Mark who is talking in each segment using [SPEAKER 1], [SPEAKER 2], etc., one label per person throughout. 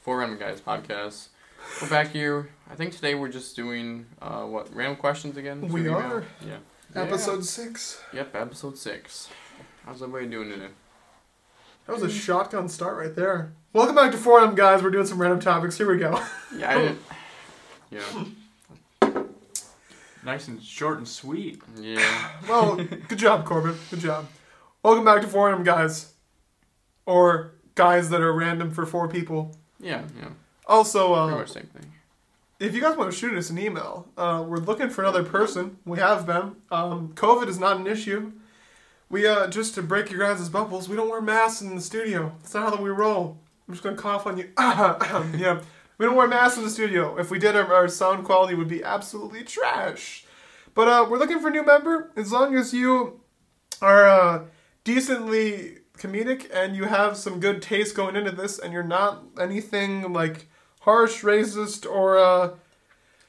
[SPEAKER 1] for Random Guys podcast. We're back here. I think today we're just doing uh, what random questions again. through
[SPEAKER 2] We
[SPEAKER 1] email?
[SPEAKER 2] are.
[SPEAKER 1] Yeah.
[SPEAKER 2] Episode six.
[SPEAKER 1] Yep. Episode six. How's everybody doing today?
[SPEAKER 2] That was a shotgun start right there. Welcome back to Forum, guys. We're doing some random topics. Here we go.
[SPEAKER 1] Yeah. I didn't. Yeah.
[SPEAKER 3] Nice and short and sweet.
[SPEAKER 1] Yeah.
[SPEAKER 2] Well, good job, Corbin. Good job. Welcome back to Forum, guys. Or guys that are random for four people.
[SPEAKER 1] Yeah. Yeah.
[SPEAKER 2] Also,
[SPEAKER 1] Pretty
[SPEAKER 2] uh,
[SPEAKER 1] much same thing.
[SPEAKER 2] if you guys want to shoot us an email, uh, we're looking for another person. We have been. Um, COVID is not an issue. We uh, just to break your guys' bubbles. We don't wear masks in the studio. That's not how we roll. I'm just gonna cough on you. yeah, we don't wear masks in the studio. If we did, our, our sound quality would be absolutely trash. But uh, we're looking for a new member. As long as you are uh, decently comedic and you have some good taste going into this, and you're not anything like harsh, racist, or uh,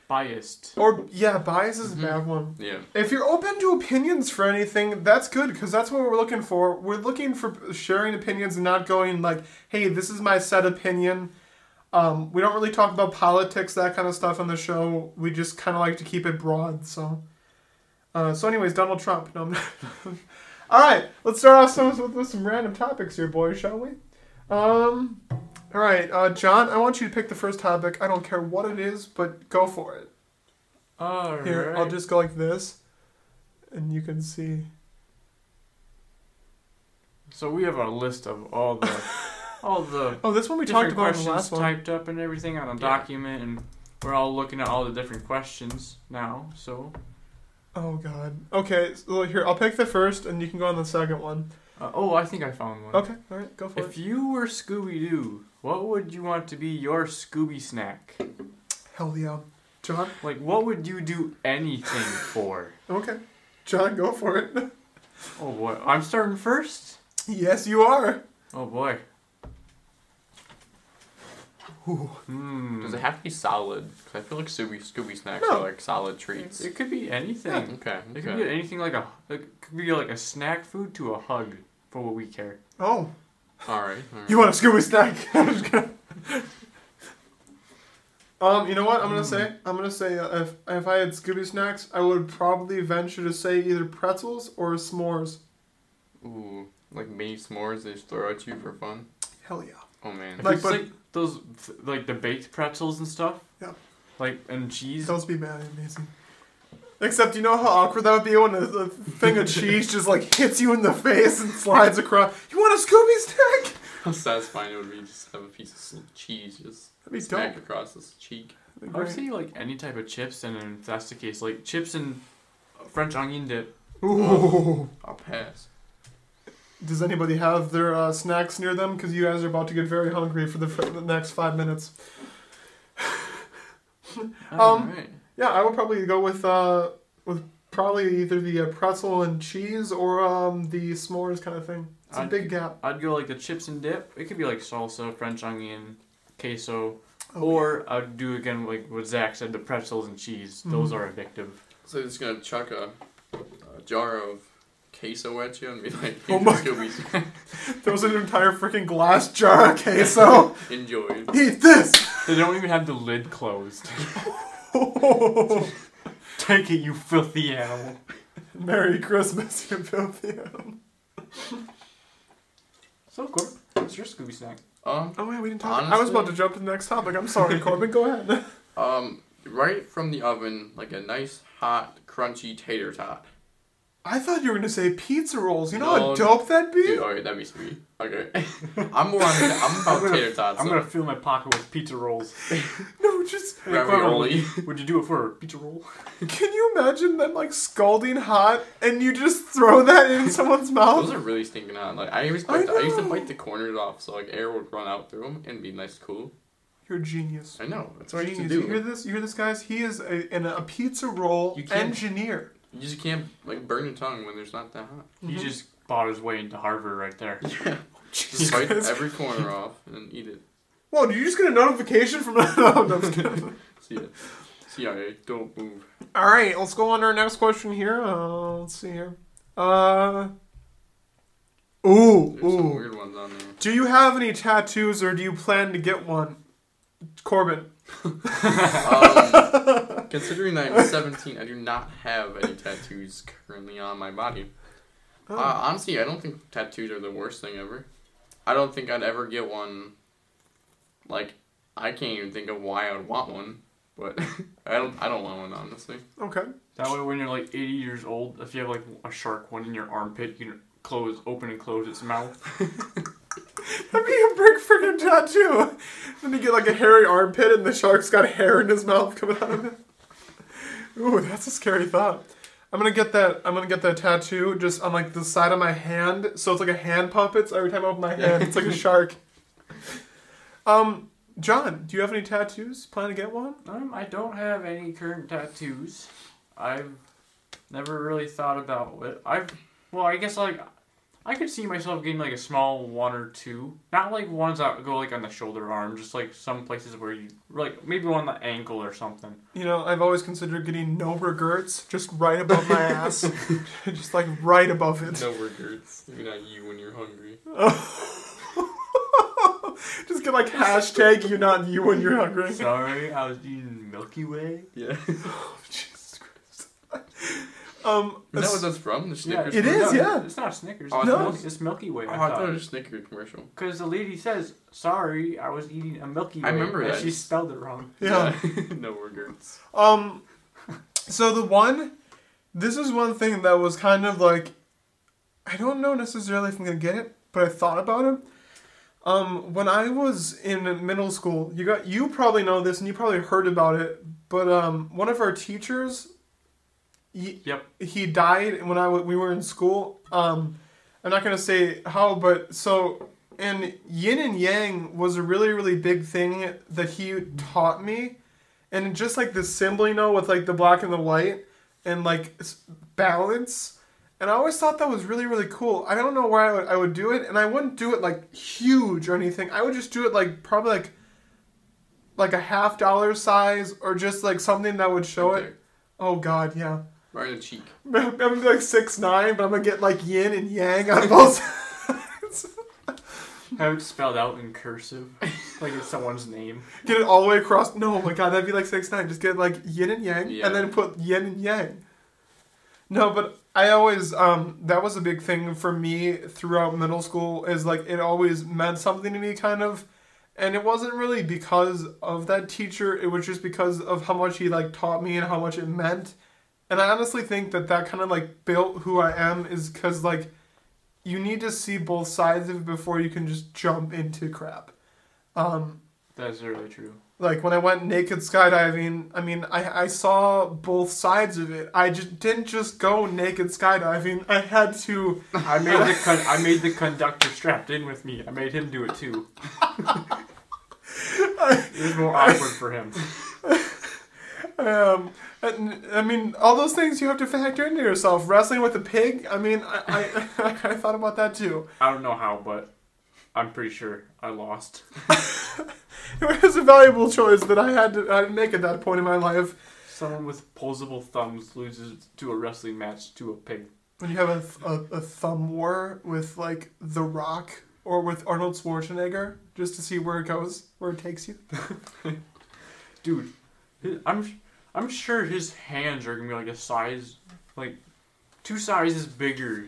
[SPEAKER 3] Biased.
[SPEAKER 2] or yeah, bias is a bad one.
[SPEAKER 1] Yeah.
[SPEAKER 2] If you're open to opinions for anything, that's good because that's what we're looking for. We're looking for sharing opinions and not going like, "Hey, this is my set opinion." Um, we don't really talk about politics, that kind of stuff on the show. We just kind of like to keep it broad. So, uh, so anyways, Donald Trump. No, I'm not- all right, let's start off some with, with some random topics here, boys, shall we? Um, all right, uh, John, I want you to pick the first topic. I don't care what it is, but go for it.
[SPEAKER 3] All right.
[SPEAKER 2] Here, I'll just go like this, and you can see.
[SPEAKER 3] So we have our list of all the, all the
[SPEAKER 2] Oh, this one we talked
[SPEAKER 3] different
[SPEAKER 2] about in
[SPEAKER 3] questions
[SPEAKER 2] the last one.
[SPEAKER 3] typed up and everything on a
[SPEAKER 1] Yeah.
[SPEAKER 3] document, and we're all looking at all the different questions now. So
[SPEAKER 2] Oh God. Okay, so here I'll pick the first, and you can go on the second one.
[SPEAKER 3] Uh, oh, I think I found one.
[SPEAKER 2] Okay, all right, go for
[SPEAKER 3] If
[SPEAKER 2] it.
[SPEAKER 3] you were Scooby Doo, what would you want to be your Scooby snack?
[SPEAKER 2] Hell yeah, John.
[SPEAKER 3] Like, what would you do anything for?
[SPEAKER 2] Okay, John, go for it.
[SPEAKER 3] Oh boy, I'm starting first.
[SPEAKER 2] yes, you are.
[SPEAKER 3] Oh boy.
[SPEAKER 2] Ooh.
[SPEAKER 3] Hmm.
[SPEAKER 1] Does it have to be solid? 'Cause I feel like Scooby Scooby snacks
[SPEAKER 2] No.
[SPEAKER 1] are like solid treats.
[SPEAKER 3] It could be anything.
[SPEAKER 1] Okay.
[SPEAKER 3] It could be
[SPEAKER 1] Okay.
[SPEAKER 3] anything like a. It could be like a snack food to a hug, for what we care.
[SPEAKER 2] Oh,
[SPEAKER 1] All right. all right.
[SPEAKER 2] you want a Scooby snack? I'm just gonna. Um, you know what I'm gonna say? I'm gonna say uh, if if I had Scooby snacks, I would probably venture to say either pretzels or s'mores.
[SPEAKER 1] Ooh, like mini s'mores they just throw at you for fun.
[SPEAKER 2] Hell yeah.
[SPEAKER 1] Oh man.
[SPEAKER 3] If
[SPEAKER 2] Like,
[SPEAKER 3] it's
[SPEAKER 2] but-
[SPEAKER 3] like those, th- like the baked pretzels and stuff.
[SPEAKER 2] Yeah.
[SPEAKER 3] Like and cheese.
[SPEAKER 2] Those be mad amazing. Except you know how awkward that would be when a, a thing of cheese just like hits you in the face and slides across. You want a Scooby snack?
[SPEAKER 1] How satisfying it would be just to have a piece of s- cheese just
[SPEAKER 2] That'd be
[SPEAKER 1] smack
[SPEAKER 2] dope.
[SPEAKER 1] across his cheek.
[SPEAKER 2] That'd be
[SPEAKER 3] I would
[SPEAKER 2] great.
[SPEAKER 3] say like any type of chips, and if that's the case, like chips and French onion dip.
[SPEAKER 2] Ooh.
[SPEAKER 1] I'll pass.
[SPEAKER 2] Does anybody have their uh, snacks near them? Because you guys are about to get very hungry for the, fr- the next five minutes. Um,
[SPEAKER 1] Alright.
[SPEAKER 2] Yeah, I would probably go with uh, with probably either the uh, pretzel and cheese or um, the s'mores kind of thing. It's a
[SPEAKER 3] I'd-
[SPEAKER 2] big gap.
[SPEAKER 3] I'd go like the chips and dip. It could be like salsa, French onion, queso,
[SPEAKER 2] Oh,
[SPEAKER 3] or I'd do again like what Zach said, the pretzels and cheese. Those
[SPEAKER 2] Mm-hmm.
[SPEAKER 3] are addictive.
[SPEAKER 1] So he's just gonna chuck a, a jar of queso at you and be like,
[SPEAKER 2] Oh
[SPEAKER 1] "Here's
[SPEAKER 2] my
[SPEAKER 1] Scooby,
[SPEAKER 2] There was an entire freaking glass jar of queso.
[SPEAKER 1] enjoy."
[SPEAKER 2] Eat this.
[SPEAKER 3] They don't even have the lid closed. Take it, you filthy animal.
[SPEAKER 2] Merry Christmas, you filthy animal.
[SPEAKER 3] So, Corbin, what's your Scooby snack?
[SPEAKER 1] Um,
[SPEAKER 2] Oh yeah, we didn't
[SPEAKER 1] talk-
[SPEAKER 2] I was about to jump to the next topic. I'm sorry, Corbin. Go ahead.
[SPEAKER 1] um, right from the oven, like a nice hot, crunchy tater tot.
[SPEAKER 2] I thought you were gonna say pizza rolls. You know
[SPEAKER 1] No.
[SPEAKER 2] how dope that'd be.
[SPEAKER 1] Dude, alright, that'd be sweet. Okay, I'm more on. The, I'm about
[SPEAKER 3] I'm gonna-
[SPEAKER 1] tater tots.
[SPEAKER 3] I'm
[SPEAKER 1] so-
[SPEAKER 3] gonna fill my pocket with pizza rolls.
[SPEAKER 2] No, just
[SPEAKER 1] ravioli.
[SPEAKER 3] Would you do it for a pizza roll?
[SPEAKER 2] can you imagine them like scalding hot and you just throw that in someone's mouth?
[SPEAKER 1] Those are really stinking out. Like I always,
[SPEAKER 2] I
[SPEAKER 1] bite the, I used to
[SPEAKER 2] know.
[SPEAKER 1] bite the corners off, so like air would run out through them and be nice, cool.
[SPEAKER 2] You're a genius.
[SPEAKER 1] I know that's what I used to
[SPEAKER 2] Genius. You hear
[SPEAKER 1] do.
[SPEAKER 2] this? You hear this, guys? He is a, an, a pizza roll
[SPEAKER 1] You can't-
[SPEAKER 2] engineer.
[SPEAKER 1] You just can't like burn your tongue when there's not that hot.
[SPEAKER 3] He just bought his way into Harvard right there.
[SPEAKER 1] Yeah,
[SPEAKER 2] Jesus
[SPEAKER 1] just bite
[SPEAKER 2] Christ.
[SPEAKER 1] every corner off and then eat it.
[SPEAKER 2] Whoa, did you just get a notification from? no, no, I'm just kidding.
[SPEAKER 1] See it. CIA, don't move.
[SPEAKER 2] All right, let's go on to our next question here. Uh, let's see here. Uh, ooh,
[SPEAKER 1] There's some
[SPEAKER 2] ooh.
[SPEAKER 1] weird ones on there.
[SPEAKER 2] Do you have any tattoos, or do you plan to get one? Corbin.
[SPEAKER 1] Um, considering that I'm 17, I do not have any tattoos currently on my body.
[SPEAKER 2] Oh.
[SPEAKER 1] Uh, honestly, I don't think tattoos are the worst thing ever. I don't think I'd ever get one. Like, I can't even think of why I would want one, but I don't. I don't want one honestly.
[SPEAKER 2] okay.
[SPEAKER 3] That way, when you're like 80 years old, if you have like a shark one in your armpit, you can close, open and close its mouth.
[SPEAKER 2] That'd be a brick freaking tattoo. Then you get like a hairy armpit and the shark's got hair in his mouth coming out of it. Ooh, that's a scary thought. I'm gonna get that I'm gonna get that tattoo just on like the side of my hand, so it's like a hand puppet, so every time I open my hand, it's like a shark. Um, John, do you have any tattoos? Plan to get one?
[SPEAKER 3] Um, I don't have any current tattoos. I've never really thought about it. I've, well, I guess like, I could see myself getting like a small one or two. Not like ones that go like on the shoulder arm, just like some places where you, like maybe one on the ankle or something.
[SPEAKER 2] You know, I've always considered getting no regrets, just right above my ass. just like right above it.
[SPEAKER 1] No regrets. Maybe not you when you're hungry.
[SPEAKER 2] just get like hashtag you not you when you're hungry.
[SPEAKER 3] Sorry, I was eating Milky Way.
[SPEAKER 1] Yeah.
[SPEAKER 2] Jesus Christ. um,
[SPEAKER 1] Is that what that's from? The Snickers.
[SPEAKER 2] It
[SPEAKER 1] commercial?
[SPEAKER 2] is, yeah.
[SPEAKER 3] It's not Snickers.
[SPEAKER 1] Oh,
[SPEAKER 3] it's,
[SPEAKER 2] no.
[SPEAKER 3] Milky, it's Milky Way.
[SPEAKER 1] Oh,
[SPEAKER 3] I
[SPEAKER 1] I
[SPEAKER 3] thought.
[SPEAKER 1] thought it was a Snickers commercial.
[SPEAKER 3] Because the lady says, "Sorry, I was eating a Milky Way."
[SPEAKER 1] I remember
[SPEAKER 3] and
[SPEAKER 1] that.
[SPEAKER 3] She spelled it wrong.
[SPEAKER 2] yeah.
[SPEAKER 1] no regrets.
[SPEAKER 2] Um, so the one, this is one thing that was kind of like, I don't know necessarily if I'm gonna get it, but I thought about it. Um, when I was in middle school, you got you probably know this and you probably heard about it, but um, one of our teachers, he,
[SPEAKER 3] Yep.
[SPEAKER 2] he died when I w- we were in school. Um, I'm not gonna say how, but so and yin and yang was a really really big thing that he taught me, and just like the symbol you know with like the black and the white and like s- balance. And I always thought that was really really cool. I don't know where I would, I would do it, and I wouldn't do it like huge or anything. I would just do it like probably like like a half dollar size or just like something that would show
[SPEAKER 1] Right
[SPEAKER 2] it. Oh God, yeah.
[SPEAKER 1] there. Right in the cheek.
[SPEAKER 2] I'm gonna be like six nine, but I'm gonna get like yin and yang on both. sides.
[SPEAKER 3] Have it spelled out in cursive, like it's someone's name.
[SPEAKER 2] get it all the way across. No, oh my god, that'd be like six nine. Just get like yin and yang,
[SPEAKER 1] Yeah.
[SPEAKER 2] and then put yin and yang. No, but I always um that was a big thing for me throughout middle school is like it always meant something to me kind of, and it wasn't really because of that teacher. It was just because of how much he like taught me and how much it meant. And I honestly think that that kind of like built who I am is because like you need to see both sides of it before you can just jump into crap. Um,
[SPEAKER 3] That's really true.
[SPEAKER 2] like when I went naked skydiving, I mean, I, I saw both sides of it. I just didn't just go naked skydiving. I had to.
[SPEAKER 3] I made the con- I made the conductor strapped in with me. I made him do it too. it was more awkward for him.
[SPEAKER 2] Um, and- I mean, all those things you have to factor into yourself. Wrestling with a pig. I mean, I I, I kinda thought about that too.
[SPEAKER 3] I don't know how, but I'm pretty sure I lost.
[SPEAKER 2] It was a valuable choice that I had to I had to make at that point in my life.
[SPEAKER 3] Someone with posable thumbs loses to a wrestling match to a pig.
[SPEAKER 2] When you have a, th- a, a thumb war with like The Rock or with Arnold Schwarzenegger, just to see where it goes, where it takes you.
[SPEAKER 3] dude hi- i'm i'm sure his hands are gonna be like a size like two sizes bigger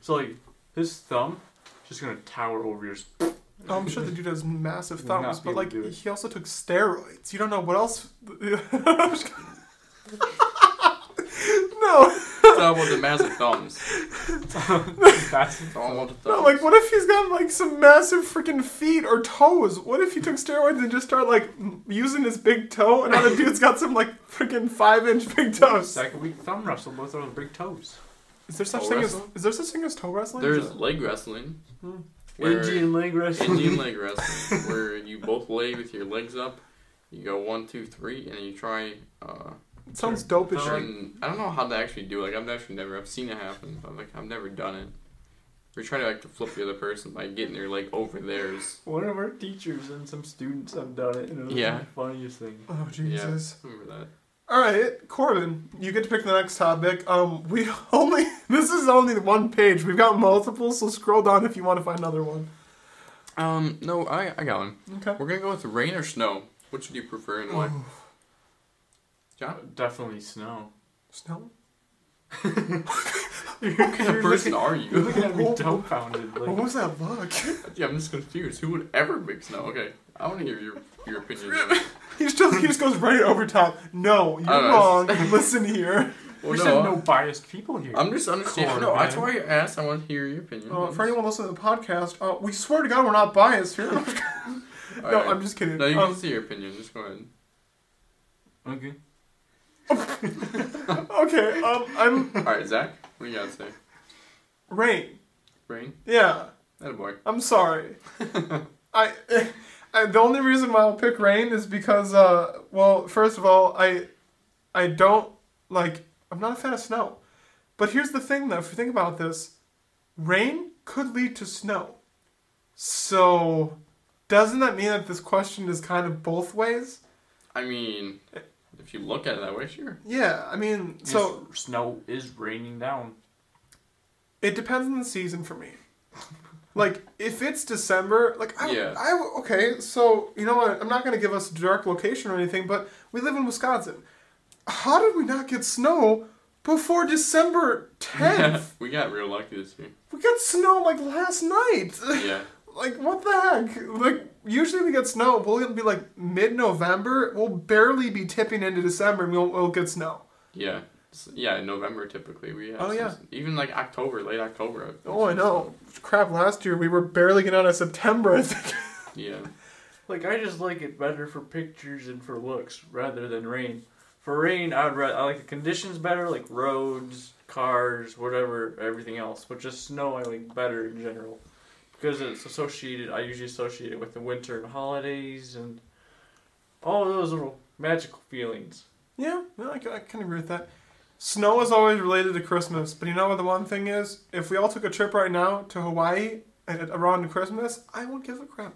[SPEAKER 3] so like his thumb just gonna tower over yours
[SPEAKER 2] Oh, I'm sure the dude has massive
[SPEAKER 3] Would not
[SPEAKER 2] thumbs,
[SPEAKER 3] be
[SPEAKER 2] but
[SPEAKER 3] able
[SPEAKER 2] like
[SPEAKER 3] to do it.
[SPEAKER 2] he also took steroids. You don't know what else. no,
[SPEAKER 1] It's all about the massive thumbs.
[SPEAKER 3] that's
[SPEAKER 1] It's all about the thumbs.
[SPEAKER 2] no. Like, what if he's got like some massive freaking feet or toes? What if he took steroids and just started like m- using his big toe, and now the dude's got some like freaking five inch big toes?
[SPEAKER 3] second week thumb wrestle both are the big toes
[SPEAKER 2] Is there such
[SPEAKER 1] Toe
[SPEAKER 2] thing as
[SPEAKER 1] wrestling?
[SPEAKER 2] is there such thing as toe wrestling?
[SPEAKER 1] There's leg wrestling.
[SPEAKER 2] Hmm.
[SPEAKER 1] where-
[SPEAKER 3] indian leg wrestling
[SPEAKER 1] Indian leg wrestling, where you both lay with your legs up. You go one, two, three, and you try. Uh,
[SPEAKER 2] It sounds dope as shit.
[SPEAKER 1] turn- I don't know how to actually do. it. Like I've actually never. I've seen it happen, but like I've never done it. You're trying to like to flip the other person by getting their leg over theirs.
[SPEAKER 3] one of our teachers and some students have done it and it was
[SPEAKER 1] Yeah.
[SPEAKER 3] the funniest thing
[SPEAKER 2] Oh Jesus.
[SPEAKER 1] Remember that?
[SPEAKER 2] All right, Corbin, you get to pick the next topic. Um, we only this is only one page. We've got multiple, so scroll down if you want to find another one.
[SPEAKER 1] Um, no, I I got one.
[SPEAKER 2] Okay.
[SPEAKER 1] We're gonna go with rain or snow. Which do you prefer and why? John?
[SPEAKER 3] Definitely snow.
[SPEAKER 2] Snow?
[SPEAKER 3] You're
[SPEAKER 1] What kind of person are
[SPEAKER 3] You're
[SPEAKER 1] you?
[SPEAKER 3] looking at me dumbfounded.
[SPEAKER 2] What
[SPEAKER 3] Like,
[SPEAKER 2] was that look?
[SPEAKER 1] yeah, I'm just confused. Who would ever make snow? Okay, I want to hear your your opinion. on it.
[SPEAKER 2] he just he just goes right over top. No, you're
[SPEAKER 1] I
[SPEAKER 2] wrong.
[SPEAKER 1] don't know.
[SPEAKER 2] Listen here.
[SPEAKER 1] Well,
[SPEAKER 3] we
[SPEAKER 1] no,
[SPEAKER 3] said
[SPEAKER 1] I-
[SPEAKER 3] no biased people here.
[SPEAKER 1] I'm just understanding. No,
[SPEAKER 3] Corn,
[SPEAKER 1] that's
[SPEAKER 3] man.
[SPEAKER 1] why I asked. I want to hear your opinion.
[SPEAKER 2] Uh, for anyone listening to the podcast, uh, we swear to God we're not biased here. no,
[SPEAKER 1] All right.
[SPEAKER 2] I'm just kidding.
[SPEAKER 1] No, you
[SPEAKER 2] Um,
[SPEAKER 1] can see your opinion. Just go ahead.
[SPEAKER 3] okay.
[SPEAKER 2] okay, um, I'm
[SPEAKER 1] All right, Zach, what do you got to say?
[SPEAKER 2] rain.
[SPEAKER 1] Rain?
[SPEAKER 2] Yeah,
[SPEAKER 1] That boy.
[SPEAKER 2] I'm sorry. I, I the only reason why I'll pick rain is because uh, well, first of all, I, I don't like. I'm not a fan of snow. But here's the thing, though. If you think about this, rain could lead to snow. So, doesn't that mean that this question is kind of both ways?
[SPEAKER 1] I mean, if you look at it that way, sure.
[SPEAKER 2] Yeah, I mean, so
[SPEAKER 3] So snow is raining down.
[SPEAKER 2] It depends on the season for me. Like if it's December, like I,
[SPEAKER 1] Yeah.
[SPEAKER 2] I okay, so you know what? I'm not gonna give us a dark location or anything, but we live in Wisconsin. How did we not get snow before December 10th?
[SPEAKER 1] we got real lucky this year.
[SPEAKER 2] we got snow like last night.
[SPEAKER 1] Yeah.
[SPEAKER 2] like what the heck? Like usually we get snow. We'll be like mid-November. We'll barely be tipping into December, and we'll, we'll get snow.
[SPEAKER 1] Yeah. S- Yeah, in November typically we have
[SPEAKER 2] Oh,
[SPEAKER 1] some-
[SPEAKER 2] yeah.
[SPEAKER 1] even like October, late October. I've-
[SPEAKER 2] Oh, I know. Crap! Last year we were barely getting out of September. I think.
[SPEAKER 1] Yeah.
[SPEAKER 3] Like I just like it better for pictures and for looks rather than rain. For rain, I would ra- I like the conditions better, like roads, cars, whatever, everything else. But just snow, I like better in general because it's associated. I usually associate it with the winter and holidays and all those little magical feelings.
[SPEAKER 2] Yeah, no, I, ca- I can agree with that. Snow is always related to Christmas, but you know what the one thing is? If we all took a trip right now to Hawaii and it- around Christmas, I won't give a crap.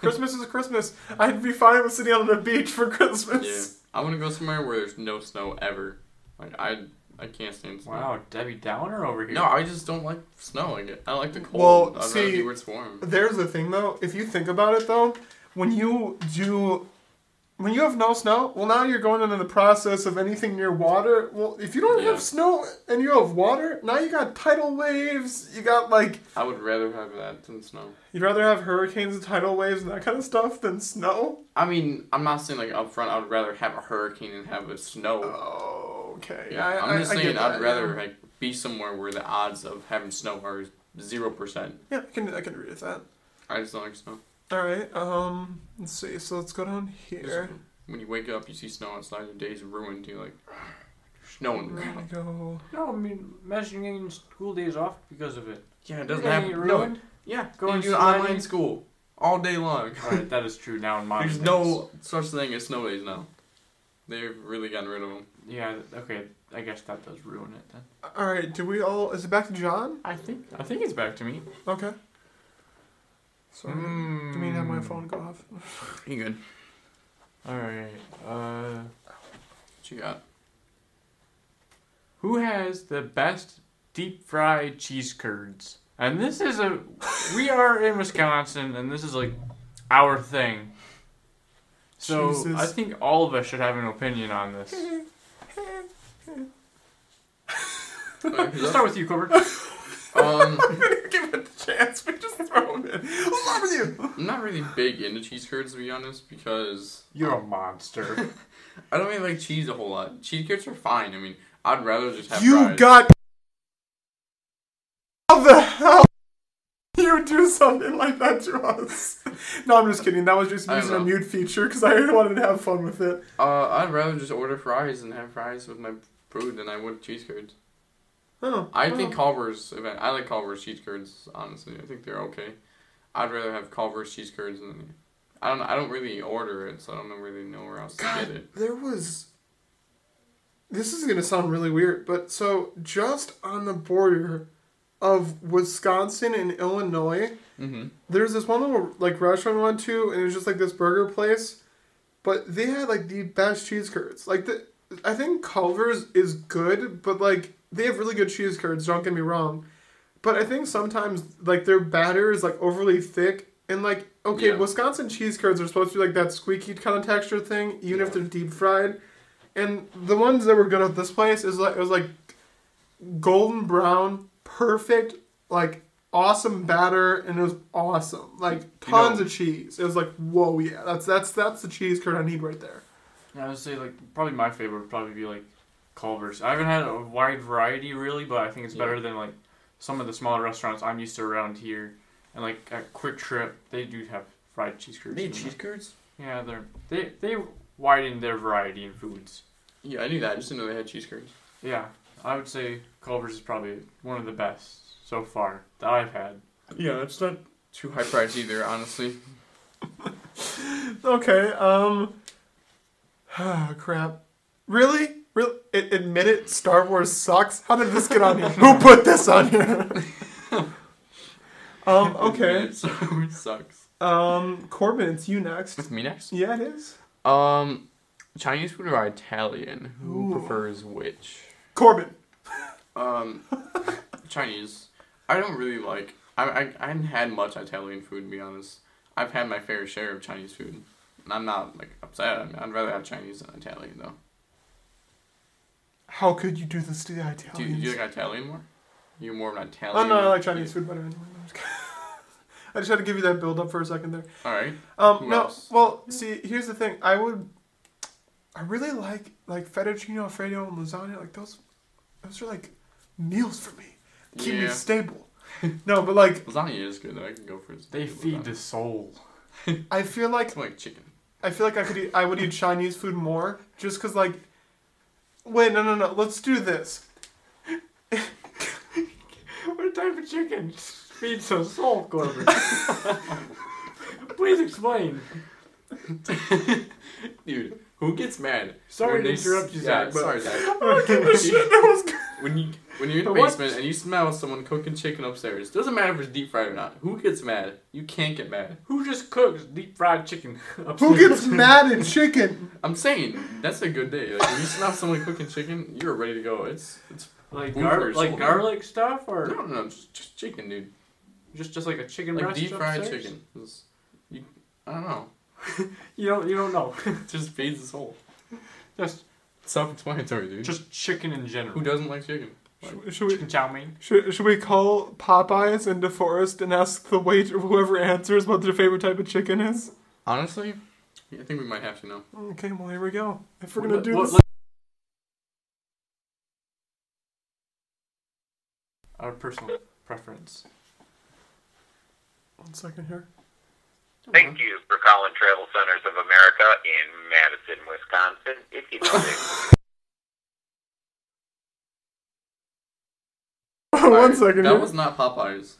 [SPEAKER 2] Christmas is Christmas. I'd be fine with sitting on the beach for
[SPEAKER 1] Yeah.
[SPEAKER 2] Christmas.
[SPEAKER 1] I want to go somewhere where there's no snow ever. Like I I can't stand snow.
[SPEAKER 3] Wow, Debbie Downer over here.
[SPEAKER 1] No, I just don't like snow. Like I like the cold.
[SPEAKER 2] Well,
[SPEAKER 1] I'd rather
[SPEAKER 2] see-
[SPEAKER 1] be where it's warm.
[SPEAKER 2] There's the thing though. If you think about it though, when you do, when you have no snow, well now you're going into the process of anything near water. Well, if you don't
[SPEAKER 1] Yeah.
[SPEAKER 2] have snow and you have water, now you got tidal waves. You got like
[SPEAKER 1] I would rather have that than snow.
[SPEAKER 2] You'd rather have hurricanes and tidal waves and that kind of stuff than snow?
[SPEAKER 1] I mean, I'm not saying like up front. I would rather have a hurricane than have a snow.
[SPEAKER 2] Oh, okay.
[SPEAKER 1] Yeah, I,
[SPEAKER 2] I,
[SPEAKER 1] am just
[SPEAKER 2] I, I get
[SPEAKER 1] saying I'd
[SPEAKER 2] that,
[SPEAKER 1] rather
[SPEAKER 2] Yeah.
[SPEAKER 1] like be somewhere where the odds of having snow are zero percent.
[SPEAKER 2] Yeah, I can, I can agree with that.
[SPEAKER 1] I just don't like snow.
[SPEAKER 2] All right, um, let's see. So let's go down
[SPEAKER 1] Just
[SPEAKER 2] here.
[SPEAKER 1] When you wake up, you see snow outside. Your day's ruined. You're like, snow in
[SPEAKER 2] We're
[SPEAKER 1] the
[SPEAKER 2] gonna
[SPEAKER 1] ground.
[SPEAKER 2] go.
[SPEAKER 3] No, I mean, imagine getting school days off because of it.
[SPEAKER 1] Yeah, it doesn't
[SPEAKER 3] You're
[SPEAKER 1] happen.
[SPEAKER 3] gonna get ruined.
[SPEAKER 1] No, yeah,
[SPEAKER 3] Going
[SPEAKER 1] going to
[SPEAKER 3] sledding.
[SPEAKER 1] online school all day long.
[SPEAKER 3] Alright, that is true now in my
[SPEAKER 1] There's
[SPEAKER 3] case.
[SPEAKER 1] no such thing as snow days now. They've really gotten rid of them.
[SPEAKER 3] Yeah, th- okay, I guess that does ruin it then.
[SPEAKER 2] All right, do we all? Is it back to John?
[SPEAKER 3] I think I think it's back to me.
[SPEAKER 2] Okay. Sorry. I mean,
[SPEAKER 1] Hmm.
[SPEAKER 3] Hmm.
[SPEAKER 2] have my phone go off.
[SPEAKER 1] You good?
[SPEAKER 3] Alright. Uh
[SPEAKER 1] What you got?
[SPEAKER 3] who has the best deep fried cheese curds? And this is a we are in Wisconsin and this is like our thing. So
[SPEAKER 2] Jesus.
[SPEAKER 3] I think all of us should have an opinion on this. Let's start with you, Corbin.
[SPEAKER 1] Um,
[SPEAKER 2] I'm gonna give it a chance. We just throw him in. What's wrong with you?
[SPEAKER 1] I'm not really big into cheese curds to be honest because
[SPEAKER 3] You're a monster.
[SPEAKER 1] I don't really like cheese a whole lot. Cheese curds are fine. I mean, I'd rather just have
[SPEAKER 2] You
[SPEAKER 1] fries.
[SPEAKER 2] got. How the hell you do something like that to us? No, I'm just kidding. That was just
[SPEAKER 1] I don't
[SPEAKER 2] using a
[SPEAKER 1] know.
[SPEAKER 2] mute feature because I wanted to have fun with it.
[SPEAKER 1] Uh, I'd rather just order fries and have fries with my food than I would cheese curds.
[SPEAKER 2] Oh,
[SPEAKER 1] I
[SPEAKER 2] well,
[SPEAKER 1] think Culver's, if I, I like Culver's cheese curds, honestly. I think they're okay. I'd rather have Culver's cheese curds than I don't. I don't really order it, so I don't really know where else to get
[SPEAKER 2] God,
[SPEAKER 1] it.
[SPEAKER 2] there was. This is gonna sound really weird, but so just on the border of Wisconsin and Illinois,
[SPEAKER 1] Mm-hmm.
[SPEAKER 2] there's this one little like restaurant we went to, and it was just like this burger place, but they had like the best cheese curds. Like the, I think Culver's is good, but like they have really good cheese curds. Don't get me wrong, but I think sometimes like their batter is like overly thick, and like Okay,
[SPEAKER 1] Yeah.
[SPEAKER 2] Wisconsin cheese curds are supposed to be like that squeaky kind of texture thing, even if
[SPEAKER 1] Yeah.
[SPEAKER 2] they're deep fried. And the ones that were good at this place is like it was like golden brown, perfect, like awesome batter, and it was awesome. Like tons
[SPEAKER 1] know-
[SPEAKER 2] of cheese. It was like whoa, yeah, that's that's that's the cheese curd I need right there.
[SPEAKER 3] Yeah, I would say like probably my favorite would probably be like Culver's. I haven't had a wide variety really, but I think it's
[SPEAKER 1] Yeah.
[SPEAKER 3] better than like some of the smaller restaurants I'm used to around here. And like at Quick Trip, they do have fried cheese curds.
[SPEAKER 1] Made
[SPEAKER 3] and-
[SPEAKER 1] cheese curds?
[SPEAKER 3] Yeah, they're they they widen their variety in foods.
[SPEAKER 1] Yeah, I knew that. I just didn't know they had cheese curds.
[SPEAKER 3] Yeah, I would say Culver's is probably one of the best so far that I've had.
[SPEAKER 1] Yeah, it's not too high priced either, honestly.
[SPEAKER 2] Okay, um, crap. Really? Really? It, admit it. Star Wars sucks. How did this get on here? Who put this on here? um. Okay.
[SPEAKER 1] so it sucks.
[SPEAKER 2] Um. Corbin, it's you next.
[SPEAKER 1] With me next.
[SPEAKER 2] Yeah, it is.
[SPEAKER 1] Um, Chinese food or Italian? Who
[SPEAKER 2] Ooh.
[SPEAKER 1] prefers which?
[SPEAKER 2] Corbin.
[SPEAKER 1] Um, Chinese. I don't really like. I, I I haven't had much Italian food to be honest. I've had my fair share of Chinese food. And I'm not like upset. I mean, I'd rather have Chinese than Italian though.
[SPEAKER 2] How could you do this to the
[SPEAKER 1] Do you, do
[SPEAKER 2] Italians?
[SPEAKER 1] you like Italian more? You're more of an Italian.
[SPEAKER 2] oh no, I like Chinese food better. Anyway. I'm just kidding. I just had to give you that build up for a second there.
[SPEAKER 1] All right.
[SPEAKER 2] Um,
[SPEAKER 1] Who
[SPEAKER 2] no,
[SPEAKER 1] else?
[SPEAKER 2] well, see, here's the thing. I would, I really like like fettuccine alfredo and lasagna. Like those, those are like meals for me. Keep me
[SPEAKER 1] Yeah.
[SPEAKER 2] stable. no, but like
[SPEAKER 1] Lasagna is good though. I can go for it.
[SPEAKER 3] They feed the soul.
[SPEAKER 2] I feel like
[SPEAKER 1] It's more like chicken.
[SPEAKER 2] I feel like I could eat, I would eat Chinese food more just because like. Wait no no no let's do this.
[SPEAKER 3] What type of chicken feeds the soul, Corbin? Please explain.
[SPEAKER 1] Dude, who gets mad?
[SPEAKER 3] Sorry
[SPEAKER 1] when
[SPEAKER 3] to
[SPEAKER 1] they s-
[SPEAKER 3] interrupt you,
[SPEAKER 1] yeah,
[SPEAKER 3] Zach. but-
[SPEAKER 1] Sorry, Zach. when you when you're in the
[SPEAKER 3] But what-
[SPEAKER 1] basement and you smell someone cooking chicken upstairs, doesn't matter if it's deep fried or not. Who gets mad? You can't get mad.
[SPEAKER 3] Who just cooks deep fried chicken?
[SPEAKER 2] Who gets mad at chicken?
[SPEAKER 1] I'm saying that's a good day. Like, if you smell someone cooking chicken, you're ready to go. It's it's
[SPEAKER 3] like
[SPEAKER 1] Who
[SPEAKER 3] gar-
[SPEAKER 1] first?
[SPEAKER 3] like
[SPEAKER 1] Hold on.
[SPEAKER 3] garlic stuff
[SPEAKER 1] no
[SPEAKER 3] or
[SPEAKER 1] no no just, just chicken, dude.
[SPEAKER 3] just just like a chicken
[SPEAKER 1] Like
[SPEAKER 3] breast
[SPEAKER 1] deep fried
[SPEAKER 3] upstairs?
[SPEAKER 1] chicken. It's- you, I don't know.
[SPEAKER 3] You don't you don't know.
[SPEAKER 1] It just feeds the soul.
[SPEAKER 3] just
[SPEAKER 1] Self-explanatory, dude.
[SPEAKER 3] just chicken in general.
[SPEAKER 1] who doesn't like chicken?
[SPEAKER 2] Should, should we
[SPEAKER 3] chicken chow mein.
[SPEAKER 2] should, should we call Popeyes and DeForest and ask the waiter whoever answers what their favorite type of chicken is?
[SPEAKER 1] Honestly, I think we might have to know.
[SPEAKER 2] Okay, well here we go. If we're gonna
[SPEAKER 3] What-
[SPEAKER 2] do
[SPEAKER 3] what-
[SPEAKER 2] this,
[SPEAKER 3] what- Our personal preference.
[SPEAKER 2] one second here.
[SPEAKER 4] Thank you for calling Travel Centers of America in Madison, Wisconsin. If you know this,
[SPEAKER 2] one second
[SPEAKER 1] That
[SPEAKER 2] here.
[SPEAKER 1] was not Popeyes.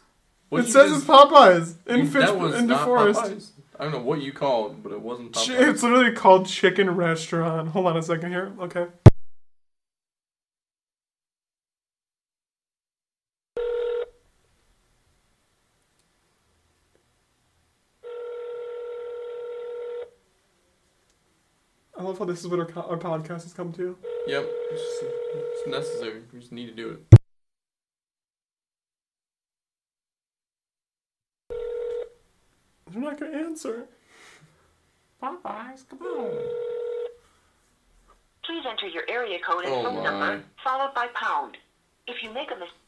[SPEAKER 1] What
[SPEAKER 2] it
[SPEAKER 1] you
[SPEAKER 2] says
[SPEAKER 1] just-
[SPEAKER 2] it's Popeyes in
[SPEAKER 1] you-
[SPEAKER 2] Fitch
[SPEAKER 1] that was
[SPEAKER 2] in
[SPEAKER 1] not
[SPEAKER 2] DeForest.
[SPEAKER 1] Popeyes. I don't know what you called, but it wasn't
[SPEAKER 2] Ch-
[SPEAKER 1] Popeyes.
[SPEAKER 2] It's literally called Chicken Restaurant. Hold on a second here. Okay. I love how this is what our, co- our podcast has come to.
[SPEAKER 1] Yep, it's, just- it's necessary. We just need to do it.
[SPEAKER 2] They're not gonna answer.
[SPEAKER 3] Popeyes, come on.
[SPEAKER 5] Please enter your area code and
[SPEAKER 1] Oh
[SPEAKER 5] phone
[SPEAKER 1] my.
[SPEAKER 5] number, followed by pound. If you make a mistake,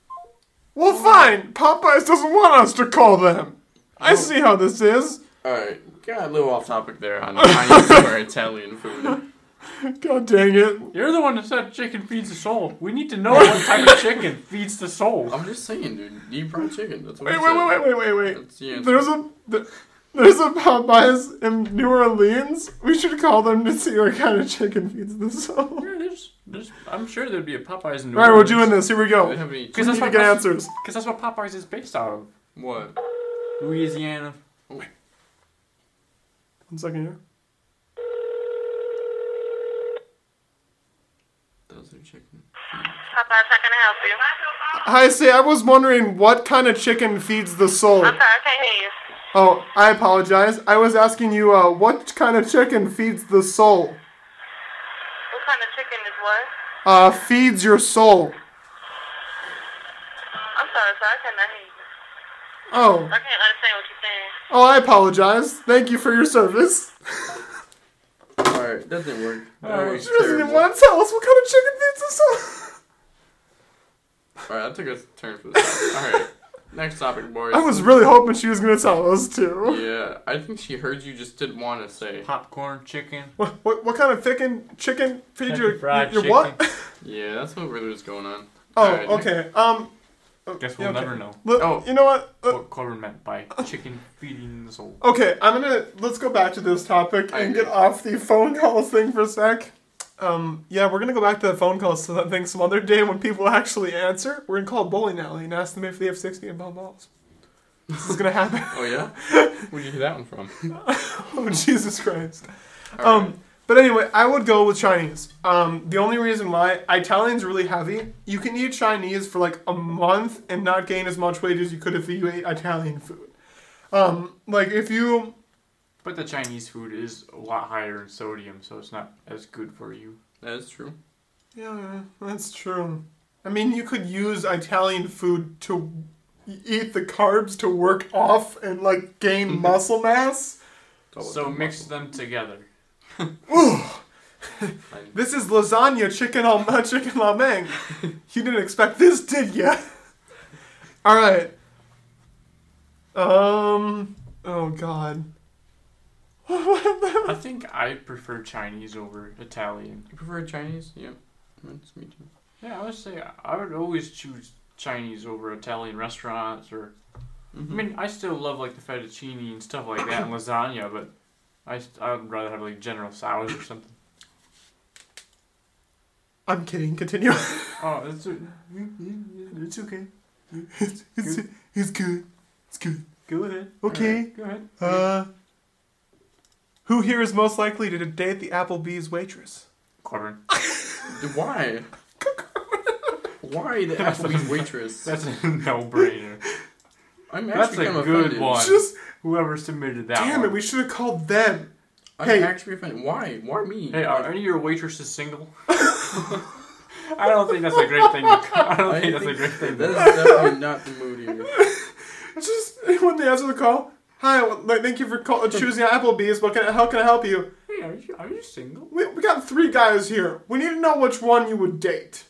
[SPEAKER 2] Well, fine. Popeyes doesn't want us to call them. I
[SPEAKER 1] Oh.
[SPEAKER 2] see how this is.
[SPEAKER 1] All right, got a little off topic there on Chinese or Italian food.
[SPEAKER 2] God dang it.
[SPEAKER 3] You're the one that said chicken feeds the soul. We need to know what type of chicken feeds the soul.
[SPEAKER 1] I'm just saying, dude. Deep fried chicken. That's what I
[SPEAKER 2] Wait, wait,
[SPEAKER 1] said.
[SPEAKER 2] wait, wait, wait, wait,
[SPEAKER 1] That's the
[SPEAKER 2] wait.
[SPEAKER 1] answer.
[SPEAKER 2] There's a th- there's a Popeyes in New Orleans. We should call them to see what kind of chicken feeds the soul.
[SPEAKER 3] Yeah, there's, there's, I'm sure there'd be a Popeyes in New
[SPEAKER 2] All right, we're doing this. Here we
[SPEAKER 1] Do they
[SPEAKER 2] go.
[SPEAKER 1] have any?
[SPEAKER 2] We
[SPEAKER 3] that's
[SPEAKER 2] need to
[SPEAKER 3] what
[SPEAKER 2] get
[SPEAKER 3] Pop-
[SPEAKER 2] answers.
[SPEAKER 3] Because that's what Popeyes is based out of.
[SPEAKER 1] What?
[SPEAKER 3] Louisiana.
[SPEAKER 2] One second here.
[SPEAKER 1] Those are chicken.
[SPEAKER 6] Popeyes, how can I help you?
[SPEAKER 2] Hi, say I was wondering what kind of chicken feeds the soul.
[SPEAKER 6] I'm sorry, I can't hear you.
[SPEAKER 2] Oh, I apologize. I was asking you uh, what kind of chicken feeds the soul.
[SPEAKER 6] What kind of chicken is what?
[SPEAKER 2] Uh, feeds your soul.
[SPEAKER 6] I'm sorry, sir, I cannot hear you.
[SPEAKER 2] Oh,
[SPEAKER 6] I can't understand what you're saying.
[SPEAKER 2] oh, I apologize. Thank you for your service.
[SPEAKER 1] Alright, that didn't work. That
[SPEAKER 3] Alright.
[SPEAKER 1] was
[SPEAKER 2] She doesn't even
[SPEAKER 1] terrible.
[SPEAKER 2] want to tell us what kind of chicken pizza. So
[SPEAKER 1] Alright, that took a turn for the side. Alright, next topic, boys.
[SPEAKER 2] I was really hoping she was gonna tell us too.
[SPEAKER 1] Yeah, I think she heard you just didn't want to say.
[SPEAKER 3] Popcorn, chicken.
[SPEAKER 2] What, what, what kind of chicken chicken feed
[SPEAKER 3] Kentucky
[SPEAKER 2] your
[SPEAKER 3] Fried
[SPEAKER 2] your, your what?
[SPEAKER 3] Chicken.
[SPEAKER 1] Yeah, that's what really was going on.
[SPEAKER 2] oh,
[SPEAKER 1] Alright, next-
[SPEAKER 2] okay. Um,
[SPEAKER 3] Guess we'll
[SPEAKER 2] okay. Uh,
[SPEAKER 3] never know
[SPEAKER 2] Let-
[SPEAKER 1] Oh.
[SPEAKER 2] you know what? Let-
[SPEAKER 3] what Corbin meant by chicken feeding the soul.
[SPEAKER 2] Okay, I'm gonna let's go back to this topic
[SPEAKER 1] I
[SPEAKER 2] and
[SPEAKER 1] agree.
[SPEAKER 2] get off the phone calls thing for a sec. Um, yeah, we're gonna go back to the phone calls to that thing some other day when people actually answer. We're gonna call a bowling alley and ask them if they have sixty and ball balls. This is gonna happen.
[SPEAKER 1] Oh, yeah? Where'd you hear that one
[SPEAKER 3] Um,
[SPEAKER 1] from?
[SPEAKER 2] oh Jesus Christ.
[SPEAKER 1] Alright.
[SPEAKER 2] Um, but anyway, I would go with Chinese. Um, the only reason why Italian's really heavy. You can eat Chinese for like a month and not gain as much weight as you could if you ate Italian food. Um, like if you
[SPEAKER 3] But the Chinese food is a lot higher in sodium, so it's not as good for you.
[SPEAKER 1] that is true.
[SPEAKER 2] Yeah, that's true. I mean, you could use Italian food to eat the carbs to work off and like gain muscle mass.
[SPEAKER 3] So mix them together.
[SPEAKER 2] This is lasagna chicken al uh, chicken la meng. you didn't expect this, did ya? All right. Um. Oh God.
[SPEAKER 3] I think I prefer Chinese over Italian.
[SPEAKER 1] You prefer Chinese? Yep. That's me too.
[SPEAKER 3] Yeah, I would say I would always choose Chinese over Italian restaurants or. I mean, I still love like the fettuccine and stuff like that and lasagna, but I st- I would rather have like General Sours or something.
[SPEAKER 2] I'm kidding. Continue.
[SPEAKER 3] Oh, it's it's okay.
[SPEAKER 2] it's, it's, it's good. It's good.
[SPEAKER 3] Go ahead.
[SPEAKER 2] Okay.
[SPEAKER 3] Go ahead.
[SPEAKER 2] Uh, who here is most likely to date the Applebee's waitress?
[SPEAKER 3] Corbin.
[SPEAKER 1] Dude, Why? Why the Applebee's waitress?
[SPEAKER 3] That's a no-brainer.
[SPEAKER 1] I'm
[SPEAKER 3] That's
[SPEAKER 1] actually
[SPEAKER 3] a
[SPEAKER 1] kind of
[SPEAKER 3] good
[SPEAKER 1] offended.
[SPEAKER 3] one.
[SPEAKER 2] Just
[SPEAKER 3] Whoever submitted that.
[SPEAKER 2] damn
[SPEAKER 3] one.
[SPEAKER 2] it, we should have called them.
[SPEAKER 1] I'm
[SPEAKER 2] Hey.
[SPEAKER 1] actually offended. Why? Why me?
[SPEAKER 3] Hey,
[SPEAKER 1] Like,
[SPEAKER 3] are any of your waitresses single? I don't think that's a great thing. to- I don't
[SPEAKER 1] I
[SPEAKER 3] think that's a
[SPEAKER 1] think
[SPEAKER 3] great thing.
[SPEAKER 1] That is
[SPEAKER 3] to-
[SPEAKER 1] definitely not the mood here.
[SPEAKER 2] Just when they answer the call, hi, well, like, thank you for call- choosing Applebee's. What can I, how can I help you?
[SPEAKER 3] Hey, are you are you single?
[SPEAKER 2] We, we got three guys here. We need to know which one you would date.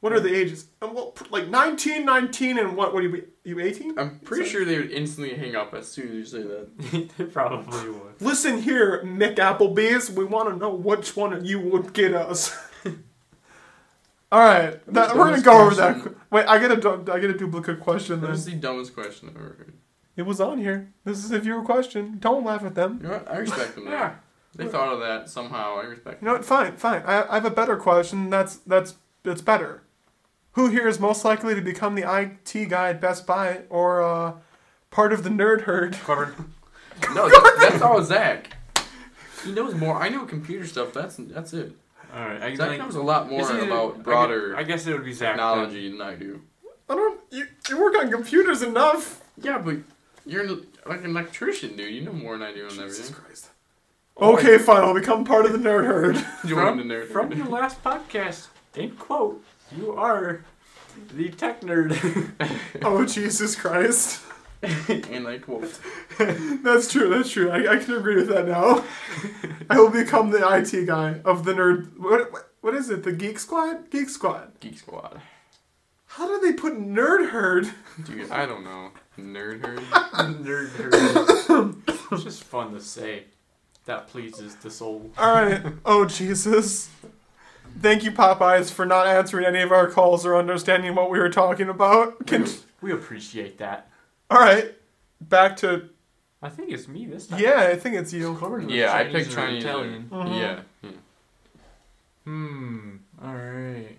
[SPEAKER 2] What are the ages? Um, well, pr- like 19, 19, and what? What are you? You eighteen?
[SPEAKER 1] I'm pretty sure they would instantly hang up as soon as you say that.
[SPEAKER 3] they probably would.
[SPEAKER 2] Listen here, Mick Applebee's. We want to know which one of you would get us. All right, that, we're gonna
[SPEAKER 1] dumbest
[SPEAKER 2] go over that.
[SPEAKER 1] question.
[SPEAKER 2] Wait, I get a du- I get a duplicate question
[SPEAKER 1] That
[SPEAKER 2] then.
[SPEAKER 1] is the dumbest question I've ever heard.
[SPEAKER 2] It was on here. This is a viewer question. Don't laugh at them.
[SPEAKER 1] You know what? I respect them.
[SPEAKER 3] Yeah.
[SPEAKER 1] Yeah. They thought of that somehow. I respect
[SPEAKER 2] You know what? Fine, fine. I, I have a better question. That's that's that's better. Who here is most likely to become the IT guy at Best Buy or uh, part of the nerd herd?
[SPEAKER 3] Corbin.
[SPEAKER 1] them. No, that, that's all Zach. He knows more. I know computer stuff. That's that's it.
[SPEAKER 3] All right. I,
[SPEAKER 1] Zach
[SPEAKER 3] like-
[SPEAKER 1] knows a lot more
[SPEAKER 3] it's either- I
[SPEAKER 1] about
[SPEAKER 3] gu-
[SPEAKER 1] broader
[SPEAKER 3] I guess it would be Zach. then.
[SPEAKER 1] technology than I do.
[SPEAKER 2] I don't. You, you work on computers enough.
[SPEAKER 1] Yeah, but you're an, like an electrician, dude. You know more than I do on everything.
[SPEAKER 2] Christ. Okay, fine. I'll become part of the nerd herd.
[SPEAKER 1] Join the
[SPEAKER 3] From,
[SPEAKER 1] nerd.
[SPEAKER 3] from your last podcast, in quote, you are the tech nerd.
[SPEAKER 2] oh Jesus Christ.
[SPEAKER 1] and like, well,
[SPEAKER 2] That's true. That's true. I, I can agree with that now. I will become the IT guy of the nerd. What, what what is it? The Geek Squad? Geek Squad.
[SPEAKER 1] Geek Squad.
[SPEAKER 2] How do they put nerd herd?
[SPEAKER 1] Dude, I don't know. Nerd herd.
[SPEAKER 3] nerd herd. it's just fun to say. That pleases the soul.
[SPEAKER 2] All right. Oh Jesus. Thank you, Popeyes, for not answering any of our calls or understanding what we were talking about. Can,
[SPEAKER 3] We appreciate that.
[SPEAKER 2] all right. Back to
[SPEAKER 3] I think it's me this time.
[SPEAKER 2] yeah. I think it's you.
[SPEAKER 3] Corbin was
[SPEAKER 1] Yeah, I
[SPEAKER 3] Chinese
[SPEAKER 1] picked
[SPEAKER 3] or
[SPEAKER 1] Chinese.
[SPEAKER 3] Italian.
[SPEAKER 1] or-
[SPEAKER 2] Uh-huh.
[SPEAKER 1] Yeah. yeah.
[SPEAKER 3] Hmm. All right.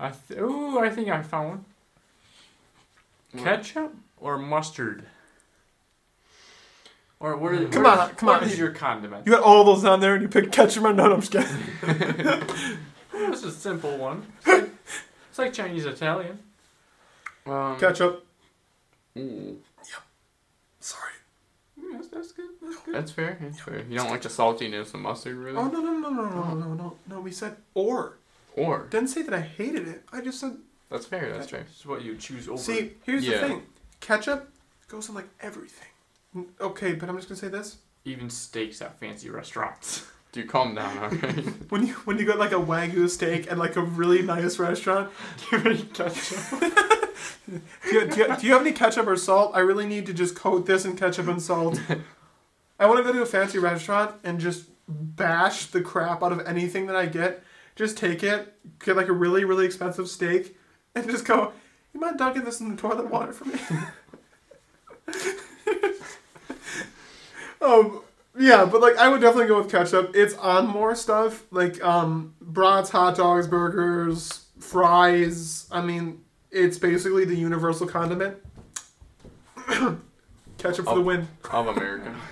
[SPEAKER 3] I th- ooh, I think I found one.
[SPEAKER 1] What?
[SPEAKER 3] Ketchup or mustard? Or what is?
[SPEAKER 2] Come
[SPEAKER 3] what
[SPEAKER 2] on,
[SPEAKER 3] is-
[SPEAKER 2] come
[SPEAKER 3] what
[SPEAKER 2] on.
[SPEAKER 3] is your condiment?
[SPEAKER 2] You got all those on there, and you picked ketchup and none. I'm just kidding.
[SPEAKER 3] This is a simple one. It's like, it's like Chinese Italian.
[SPEAKER 1] Um,
[SPEAKER 2] ketchup.
[SPEAKER 1] ooh,
[SPEAKER 2] Sorry.
[SPEAKER 3] Mm, that's, that's good. That's good.
[SPEAKER 1] that's fair. That's fair. You don't like the saltiness of mustard, really?
[SPEAKER 2] Oh no no no no no no no no. We said or.
[SPEAKER 1] Or
[SPEAKER 2] Didn't say that I hated it. I just said
[SPEAKER 1] that's fair. That's fair.
[SPEAKER 3] This is what you choose over.
[SPEAKER 2] See, here's
[SPEAKER 1] Yeah.
[SPEAKER 2] the thing. ketchup goes on like everything. Mm, Okay, but I'm just gonna say this:
[SPEAKER 3] Even steaks at fancy restaurants.
[SPEAKER 1] Dude, calm down, alright?
[SPEAKER 2] when you when you get like a wagyu steak at like a really nice restaurant,
[SPEAKER 3] Give it ketchup.
[SPEAKER 2] do you, do, you, do you have any ketchup or salt? I really need to just coat this in ketchup and salt. I want to go to a fancy restaurant and just bash the crap out of anything that I get. Just take it, get like a really, really expensive steak, and just go, you mind dunking this in the toilet water for me? um, yeah, but like I would definitely go with ketchup. It's on more stuff like um, brats, hot dogs, burgers, fries. I mean, it's basically the universal condiment. ketchup for the win.
[SPEAKER 1] of America.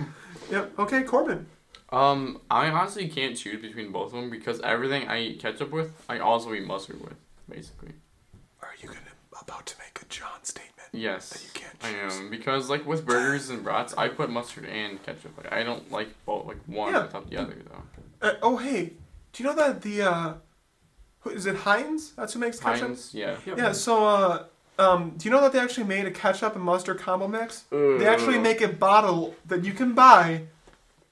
[SPEAKER 2] Yep. Okay, Corbin.
[SPEAKER 1] Um, I honestly can't choose between both of them because everything I eat ketchup with, I also eat mustard with, basically.
[SPEAKER 2] Are you gonna about to make a John statement?
[SPEAKER 1] Yes.
[SPEAKER 2] That you can't
[SPEAKER 1] I
[SPEAKER 2] choose.
[SPEAKER 1] am because like with burgers and brats, I put mustard and ketchup. Like I don't like both, like one
[SPEAKER 2] Yeah.
[SPEAKER 1] on top of the other though.
[SPEAKER 2] Uh, oh hey, do you know that the uh, who, is it Heinz? That's who makes ketchup.
[SPEAKER 1] Heinz, yeah.
[SPEAKER 2] Yeah. So uh, um, do you know that they actually made a ketchup and mustard combo mix? They actually
[SPEAKER 1] Ugh.
[SPEAKER 2] make a bottle that you can buy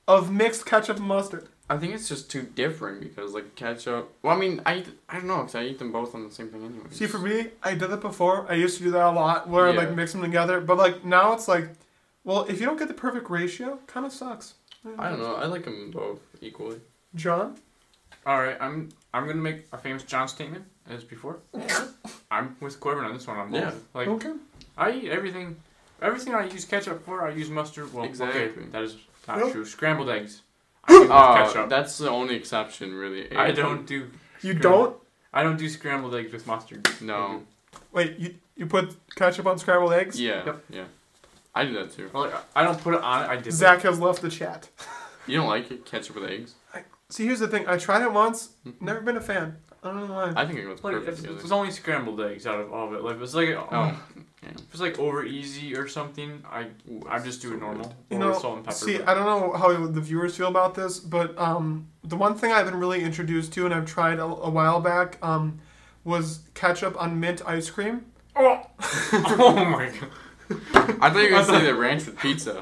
[SPEAKER 2] of mixed ketchup and mustard.
[SPEAKER 1] I think it's just too different because like ketchup. Well, I mean, I eat, I don't know because I eat them both on the same thing anyway.
[SPEAKER 2] See, for me, I did that before. I used to do that a lot, where I like
[SPEAKER 1] Yeah.
[SPEAKER 2] mix them together. But like now, it's like, well, if you don't get the perfect ratio, kind of sucks.
[SPEAKER 1] I don't know. I like them both equally.
[SPEAKER 2] John.
[SPEAKER 3] All right, I'm I'm gonna make a famous John statement as before. I'm with Corbin on this one. I'm bold.
[SPEAKER 1] Yeah.
[SPEAKER 3] Like
[SPEAKER 2] Okay.
[SPEAKER 3] I eat everything. Everything I use ketchup for, I use mustard. Well, okay,
[SPEAKER 1] Exactly.
[SPEAKER 3] that is not
[SPEAKER 2] Well-
[SPEAKER 3] true. Scrambled eggs. I do with
[SPEAKER 1] Uh,
[SPEAKER 3] ketchup.
[SPEAKER 1] that's the only exception, really.
[SPEAKER 3] I don't do.
[SPEAKER 2] You
[SPEAKER 3] scram-
[SPEAKER 2] don't
[SPEAKER 3] I don't do scrambled eggs with mustard.
[SPEAKER 1] No.
[SPEAKER 2] Wait, you you put ketchup on scrambled eggs?
[SPEAKER 1] Yeah.
[SPEAKER 3] Yep.
[SPEAKER 1] Yeah. I do that too.
[SPEAKER 3] Well, like, I don't put it on it. I dip
[SPEAKER 2] Zach has left the chat.
[SPEAKER 1] You don't like it, ketchup with eggs?
[SPEAKER 2] See, here's the thing. I tried it once. Never been a fan. I don't know why.
[SPEAKER 1] I think it goes
[SPEAKER 3] it. Like,
[SPEAKER 1] perfect
[SPEAKER 3] it's,
[SPEAKER 1] together.
[SPEAKER 3] it's only scrambled eggs out of all of it. Like if it's like
[SPEAKER 1] Oh,
[SPEAKER 3] if it's like over easy or something, I
[SPEAKER 1] Ooh,
[SPEAKER 3] I just do
[SPEAKER 1] so
[SPEAKER 3] it normal
[SPEAKER 1] good.
[SPEAKER 2] You
[SPEAKER 3] or
[SPEAKER 2] know,
[SPEAKER 3] with salt and pepper.
[SPEAKER 2] see,
[SPEAKER 3] but-
[SPEAKER 2] I don't know how the viewers feel about this, but um, the one thing I've been really introduced to and I've tried a, a while back um, was ketchup on mint ice cream.
[SPEAKER 3] Oh, oh my god!
[SPEAKER 1] I thought you were gonna say the ranch with pizza.
[SPEAKER 3] I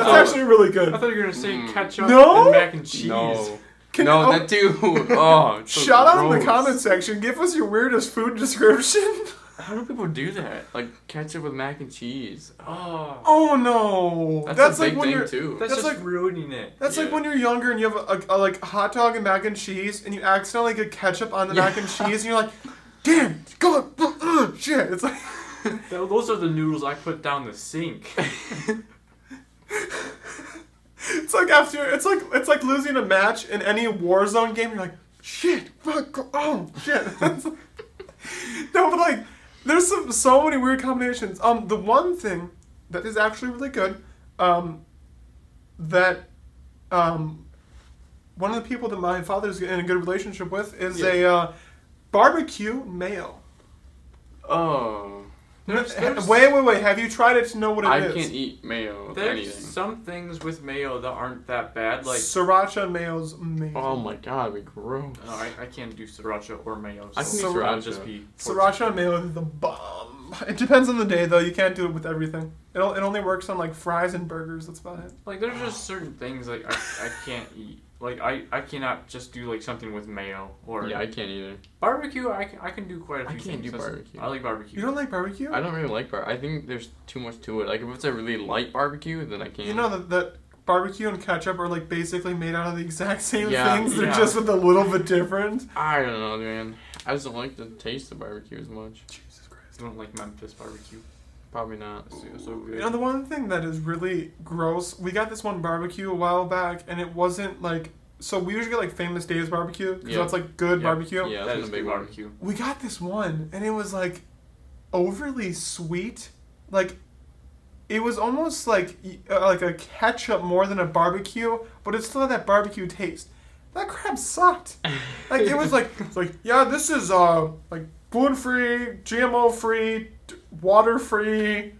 [SPEAKER 2] That's
[SPEAKER 3] thought,
[SPEAKER 2] actually really
[SPEAKER 3] I
[SPEAKER 2] good.
[SPEAKER 3] thought you were gonna say ketchup
[SPEAKER 2] No?
[SPEAKER 3] and mac and
[SPEAKER 1] Hmm.
[SPEAKER 3] cheese.
[SPEAKER 1] No,
[SPEAKER 2] Can-
[SPEAKER 1] no,
[SPEAKER 2] oh,
[SPEAKER 1] that too. Oh, it's so
[SPEAKER 2] shout out in the
[SPEAKER 1] gross.
[SPEAKER 2] comment section. Give us your weirdest food description.
[SPEAKER 1] How do people do that? Like ketchup with mac and cheese.
[SPEAKER 3] Oh,
[SPEAKER 2] oh no,
[SPEAKER 1] That's,
[SPEAKER 2] that's
[SPEAKER 1] a
[SPEAKER 2] like
[SPEAKER 1] big
[SPEAKER 2] when you're
[SPEAKER 1] thing too.
[SPEAKER 3] that's,
[SPEAKER 2] That's
[SPEAKER 3] just
[SPEAKER 2] like-
[SPEAKER 3] ruining it.
[SPEAKER 2] That's like
[SPEAKER 1] Yeah.
[SPEAKER 2] when you're younger and you have a, a, like hot dog and mac and cheese, and you accidentally get ketchup on the mac and cheese, and you're like, "Damn, God, uh, uh, shit!" It's like,
[SPEAKER 3] Th- Those are the noodles I put down the sink.
[SPEAKER 2] it's like after, it's like, it's like losing a match in any Warzone game. You're like, "Shit, fuck, oh shit!" It's like- no, but like, there's some so many weird combinations. Um, the one thing that is actually really good, um, that, um, one of the people that my father's in a good relationship with is a uh, barbecue mayo.
[SPEAKER 1] oh,
[SPEAKER 3] There's- there's-
[SPEAKER 2] wait, wait, wait. Have you tried it to know what it is?
[SPEAKER 1] I can't eat mayo with
[SPEAKER 3] There's
[SPEAKER 1] anything.
[SPEAKER 3] some things with mayo that aren't that bad. Like,
[SPEAKER 2] Sriracha mayo's amazing.
[SPEAKER 1] Oh my god, we gross.
[SPEAKER 3] no, I, I can't do sriracha or mayo.
[SPEAKER 1] I
[SPEAKER 3] so
[SPEAKER 1] can do
[SPEAKER 3] that would
[SPEAKER 1] sriracha.
[SPEAKER 3] just be
[SPEAKER 2] Sriracha mayo is the bomb. It depends on the day, though. You can't do it with everything. It, it only works on like fries and burgers. That's about it.
[SPEAKER 3] Like, there's just certain things like I, I can't eat. Like, I, I cannot just do like something with mayo or
[SPEAKER 1] Yeah, I can't either.
[SPEAKER 3] barbecue. I can, I can do quite a
[SPEAKER 1] I
[SPEAKER 3] few
[SPEAKER 1] can't
[SPEAKER 3] things.
[SPEAKER 1] do
[SPEAKER 3] That's-
[SPEAKER 1] barbecue.
[SPEAKER 3] I like barbecue.
[SPEAKER 2] You don't like barbecue?
[SPEAKER 1] I don't really like bar. I think there's too much to it. Like if it's a really light barbecue, then I can.
[SPEAKER 2] You know that, that barbecue and ketchup are like basically made out of the exact same
[SPEAKER 1] Yeah,
[SPEAKER 2] things. They're
[SPEAKER 3] yeah.
[SPEAKER 2] just with a little bit different.
[SPEAKER 1] I don't know, man. I just don't like the taste of barbecue as much.
[SPEAKER 2] Jesus Christ.
[SPEAKER 3] I don't like Memphis barbecue.
[SPEAKER 1] Probably not.
[SPEAKER 3] It's so- so
[SPEAKER 2] You
[SPEAKER 3] good.
[SPEAKER 2] know, the one thing that is really gross, we got this one barbecue a while back, and it wasn't like. So we usually get like Famous Days barbecue, because
[SPEAKER 1] Yeah.
[SPEAKER 2] that's like good
[SPEAKER 1] Yeah.
[SPEAKER 2] barbecue.
[SPEAKER 1] Yeah,
[SPEAKER 3] that
[SPEAKER 1] that's
[SPEAKER 3] is
[SPEAKER 1] a big
[SPEAKER 3] good
[SPEAKER 1] one.
[SPEAKER 3] barbecue.
[SPEAKER 2] we got this one and it was like overly sweet like it was almost like y- uh, like a ketchup more than a barbecue but it still had that barbecue taste that crap sucked like it was like it's like yeah this is uh like gluten free gmo free water free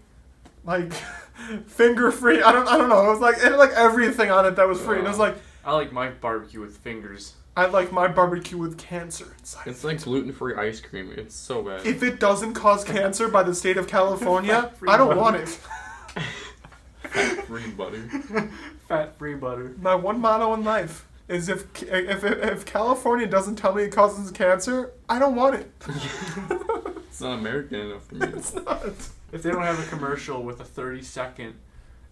[SPEAKER 2] like finger free i don't i don't know it was like it had like everything on it that was free and it was like
[SPEAKER 3] I like my barbecue with fingers.
[SPEAKER 2] I like my barbecue with cancer inside.
[SPEAKER 1] It's like gluten free ice cream. It's so bad.
[SPEAKER 2] If it doesn't cause cancer by the state of California, I don't want it.
[SPEAKER 1] Free butter.
[SPEAKER 3] Fat free butter.
[SPEAKER 2] My one motto in life is if if if California doesn't tell me it causes cancer, I don't want it.
[SPEAKER 1] It's not American enough for me.
[SPEAKER 2] it's not.
[SPEAKER 3] If they don't have a commercial with a 30 second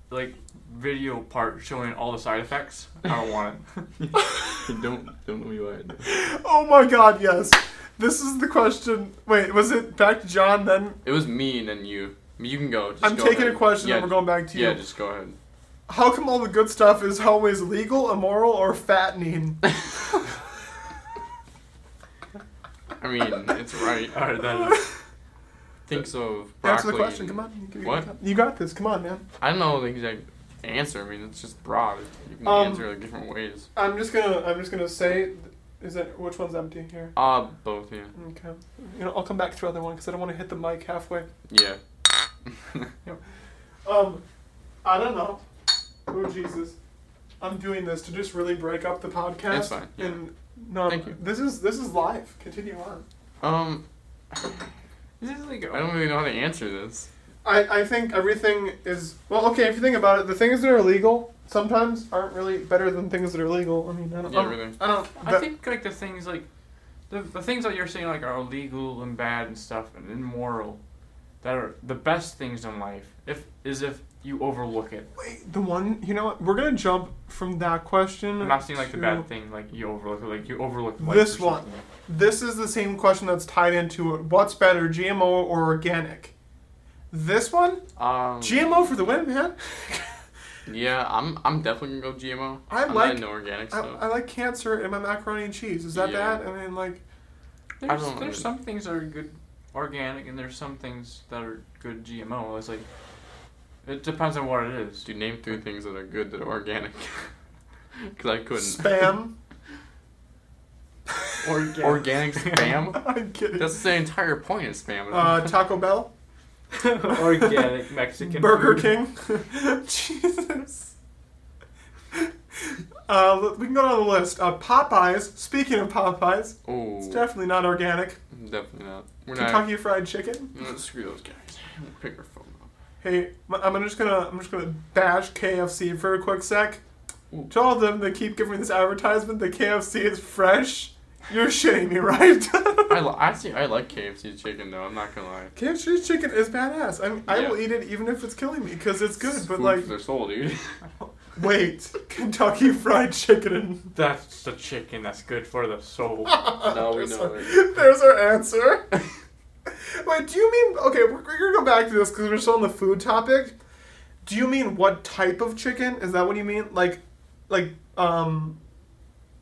[SPEAKER 3] like video part showing all the side effects, I don't want it.
[SPEAKER 1] don't don't know me why. I did.
[SPEAKER 2] Oh my God! Yes, this is the question. Wait, was it back to John? Then
[SPEAKER 1] It was me and then you. You can go. Just
[SPEAKER 2] I'm
[SPEAKER 1] go
[SPEAKER 2] taking
[SPEAKER 1] ahead.
[SPEAKER 2] a question
[SPEAKER 1] Yeah,
[SPEAKER 2] and we're going back to you.
[SPEAKER 1] Yeah, just go ahead.
[SPEAKER 2] How come all the good stuff is always legal, immoral, or fattening?
[SPEAKER 1] I mean, it's right.
[SPEAKER 3] All right, that is.
[SPEAKER 1] Thinks of broccoli.
[SPEAKER 2] Answer the question.
[SPEAKER 1] and-
[SPEAKER 2] Come on. You,
[SPEAKER 1] What?
[SPEAKER 2] You got this. Come on, man.
[SPEAKER 1] I don't know the exact answer. I mean, it's just broad. You can
[SPEAKER 2] Um,
[SPEAKER 1] answer it different ways.
[SPEAKER 2] I'm just gonna. I'm just gonna say. Is that which one's empty here?
[SPEAKER 1] Ah, both. Yeah.
[SPEAKER 2] Okay. You know, I'll come back to the other one because I don't want to hit the mic halfway.
[SPEAKER 1] Yeah.
[SPEAKER 2] Um, I don't know. Oh Jesus, I'm doing this to just really break up the podcast.
[SPEAKER 1] That's fine, yeah.
[SPEAKER 2] And no,
[SPEAKER 1] Thank you.
[SPEAKER 2] this is this is live. Continue on.
[SPEAKER 1] um,
[SPEAKER 3] This is like
[SPEAKER 1] I don't really know how to answer this.
[SPEAKER 2] I, I think everything is well okay if you think about it. The things that are illegal sometimes aren't really better than things that are legal. I mean, I don't.
[SPEAKER 1] Yeah,
[SPEAKER 2] I don't,
[SPEAKER 1] really.
[SPEAKER 2] I don't.
[SPEAKER 3] I
[SPEAKER 2] but-
[SPEAKER 3] think like the things like the, the things that you're saying like are illegal and bad and stuff and immoral that are the best things in life if is if you overlook it.
[SPEAKER 2] wait, the one you know what we're gonna jump from that question.
[SPEAKER 3] I'm not saying like the
[SPEAKER 2] to-
[SPEAKER 3] bad thing like you overlook it like you overlook life
[SPEAKER 2] This
[SPEAKER 3] or
[SPEAKER 2] one.
[SPEAKER 3] something.
[SPEAKER 2] This is the same question that's tied into it. What's better, GMO or organic? This one,
[SPEAKER 1] Um.
[SPEAKER 2] GMO for the win, man.
[SPEAKER 1] yeah, I'm. I'm definitely gonna go GMO.
[SPEAKER 2] I
[SPEAKER 1] am
[SPEAKER 2] like-
[SPEAKER 1] not into organic
[SPEAKER 2] I,
[SPEAKER 1] stuff.
[SPEAKER 2] I like cancer in my macaroni and cheese. Is that
[SPEAKER 1] Yeah.
[SPEAKER 2] bad? I mean, like,
[SPEAKER 3] There's,
[SPEAKER 1] I don't
[SPEAKER 3] there's
[SPEAKER 1] know.
[SPEAKER 3] some things that are good organic and there's some things that are good GMO. It's like it depends on what it is.
[SPEAKER 1] Dude, name three things that are good that are organic. Cause I couldn't.
[SPEAKER 2] spam.
[SPEAKER 1] Orga- organic spam.
[SPEAKER 2] I'm kidding.
[SPEAKER 1] That's the entire point of spam.
[SPEAKER 2] uh, Taco Bell,
[SPEAKER 3] organic Mexican
[SPEAKER 2] Burger
[SPEAKER 3] food.
[SPEAKER 2] King. Jesus. Uh, l- we can go down the list. Uh, Popeyes. Speaking of Popeyes,
[SPEAKER 1] oh,
[SPEAKER 2] it's definitely not organic.
[SPEAKER 1] definitely not. We're
[SPEAKER 2] Kentucky Fried Chicken.
[SPEAKER 1] not. No, screw those guys. We'll pick our phone up.
[SPEAKER 2] Hey, m- I'm just gonna I'm just gonna bash KFC for a quick sec.
[SPEAKER 1] Ooh.
[SPEAKER 2] To all of them that keep giving this advertisement, the KFC is fresh. You're shitting me, right?
[SPEAKER 1] I li- actually I like KFC chicken though. I'm not gonna lie.
[SPEAKER 2] KFC chicken is badass. I mean, I
[SPEAKER 1] Yeah.
[SPEAKER 2] will eat it even if it's killing me because it's good.
[SPEAKER 1] It's
[SPEAKER 2] but
[SPEAKER 1] food
[SPEAKER 2] like,
[SPEAKER 1] for their soul, dude.
[SPEAKER 2] wait, Kentucky Fried Chicken. And...
[SPEAKER 3] That's the chicken that's good for the soul.
[SPEAKER 1] no, we
[SPEAKER 2] there's,
[SPEAKER 1] know.
[SPEAKER 2] our,
[SPEAKER 1] that.
[SPEAKER 2] there's our answer. wait, do you mean okay? We're, we're gonna go back to this because we're still on the food topic. Do you mean what type of chicken? Is that what you mean? Like, like um,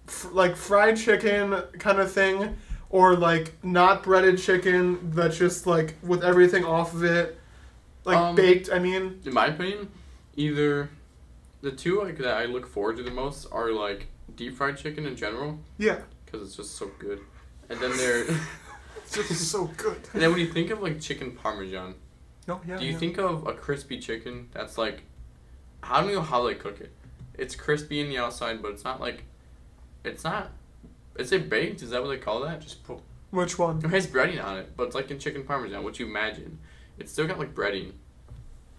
[SPEAKER 2] fr- like fried chicken kind of thing, or like not breaded chicken that's just like with everything off of it, like
[SPEAKER 1] Um,
[SPEAKER 2] baked. I mean.
[SPEAKER 1] In my opinion, either the two like that I look forward to the most are like deep fried chicken in general
[SPEAKER 2] Yeah.
[SPEAKER 1] because it's just so good, and then there.
[SPEAKER 2] It's just so good.
[SPEAKER 1] And then when you think of like chicken parmesan,
[SPEAKER 2] No, yeah.
[SPEAKER 1] do you
[SPEAKER 2] Oh, yeah.
[SPEAKER 1] think of a crispy chicken that's like I don't know how they cook it. It's crispy in the outside, but it's not like it's not is it baked? Is that what they call that? Just
[SPEAKER 3] Just put
[SPEAKER 2] which one?
[SPEAKER 1] it has breading on it, but it's like in chicken parmesan, what you imagine. It's still got like breading.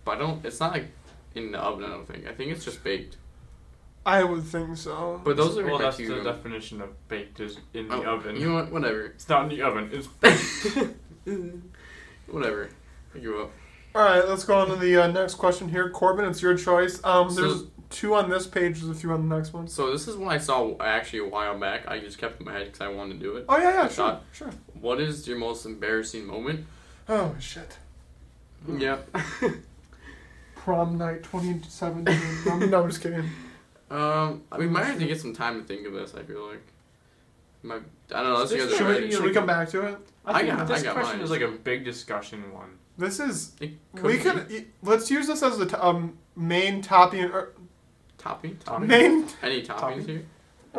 [SPEAKER 1] But I don't it's not like in the oven, I don't think. I think it's just baked.
[SPEAKER 2] I would think so.
[SPEAKER 1] But those are
[SPEAKER 3] well,
[SPEAKER 1] like
[SPEAKER 3] that's
[SPEAKER 1] you,
[SPEAKER 3] the definition of baked is in the
[SPEAKER 1] oh,
[SPEAKER 3] oven.
[SPEAKER 1] You know what? Whatever.
[SPEAKER 3] it's not in the oven. It's
[SPEAKER 1] Whatever. I give up.
[SPEAKER 2] All right, let's go on to the uh, next question here, Corbin. It's your choice. Um,
[SPEAKER 1] So-
[SPEAKER 2] there's two on this page. There's a few on the next one.
[SPEAKER 1] So this is one I saw actually a while back. I just kept in my head because I wanted to do it.
[SPEAKER 2] Oh yeah, yeah,
[SPEAKER 1] I
[SPEAKER 2] sure,
[SPEAKER 1] thought-
[SPEAKER 2] sure.
[SPEAKER 1] What is your most embarrassing moment?
[SPEAKER 2] Oh shit.
[SPEAKER 3] Hmm.
[SPEAKER 1] Yep.
[SPEAKER 2] Prom night 2017. no, no, I'm just kidding.
[SPEAKER 1] um, we might have to get some time to think of this. I feel like. My, I don't know. Unless you guys
[SPEAKER 3] This should
[SPEAKER 1] are
[SPEAKER 2] Should
[SPEAKER 1] ready.
[SPEAKER 2] we, should we
[SPEAKER 3] like-
[SPEAKER 2] come back to it?
[SPEAKER 1] I
[SPEAKER 3] I think
[SPEAKER 1] got-
[SPEAKER 3] this
[SPEAKER 1] I got
[SPEAKER 3] question
[SPEAKER 1] mine.
[SPEAKER 3] is like a big discussion one.
[SPEAKER 2] This is.
[SPEAKER 1] It
[SPEAKER 2] we
[SPEAKER 1] be.
[SPEAKER 2] could. y- Let's use this as a t- um, main er, topping or
[SPEAKER 1] topping.
[SPEAKER 3] Topping.
[SPEAKER 2] main
[SPEAKER 1] Any toppings
[SPEAKER 3] Topping?
[SPEAKER 1] here?
[SPEAKER 2] a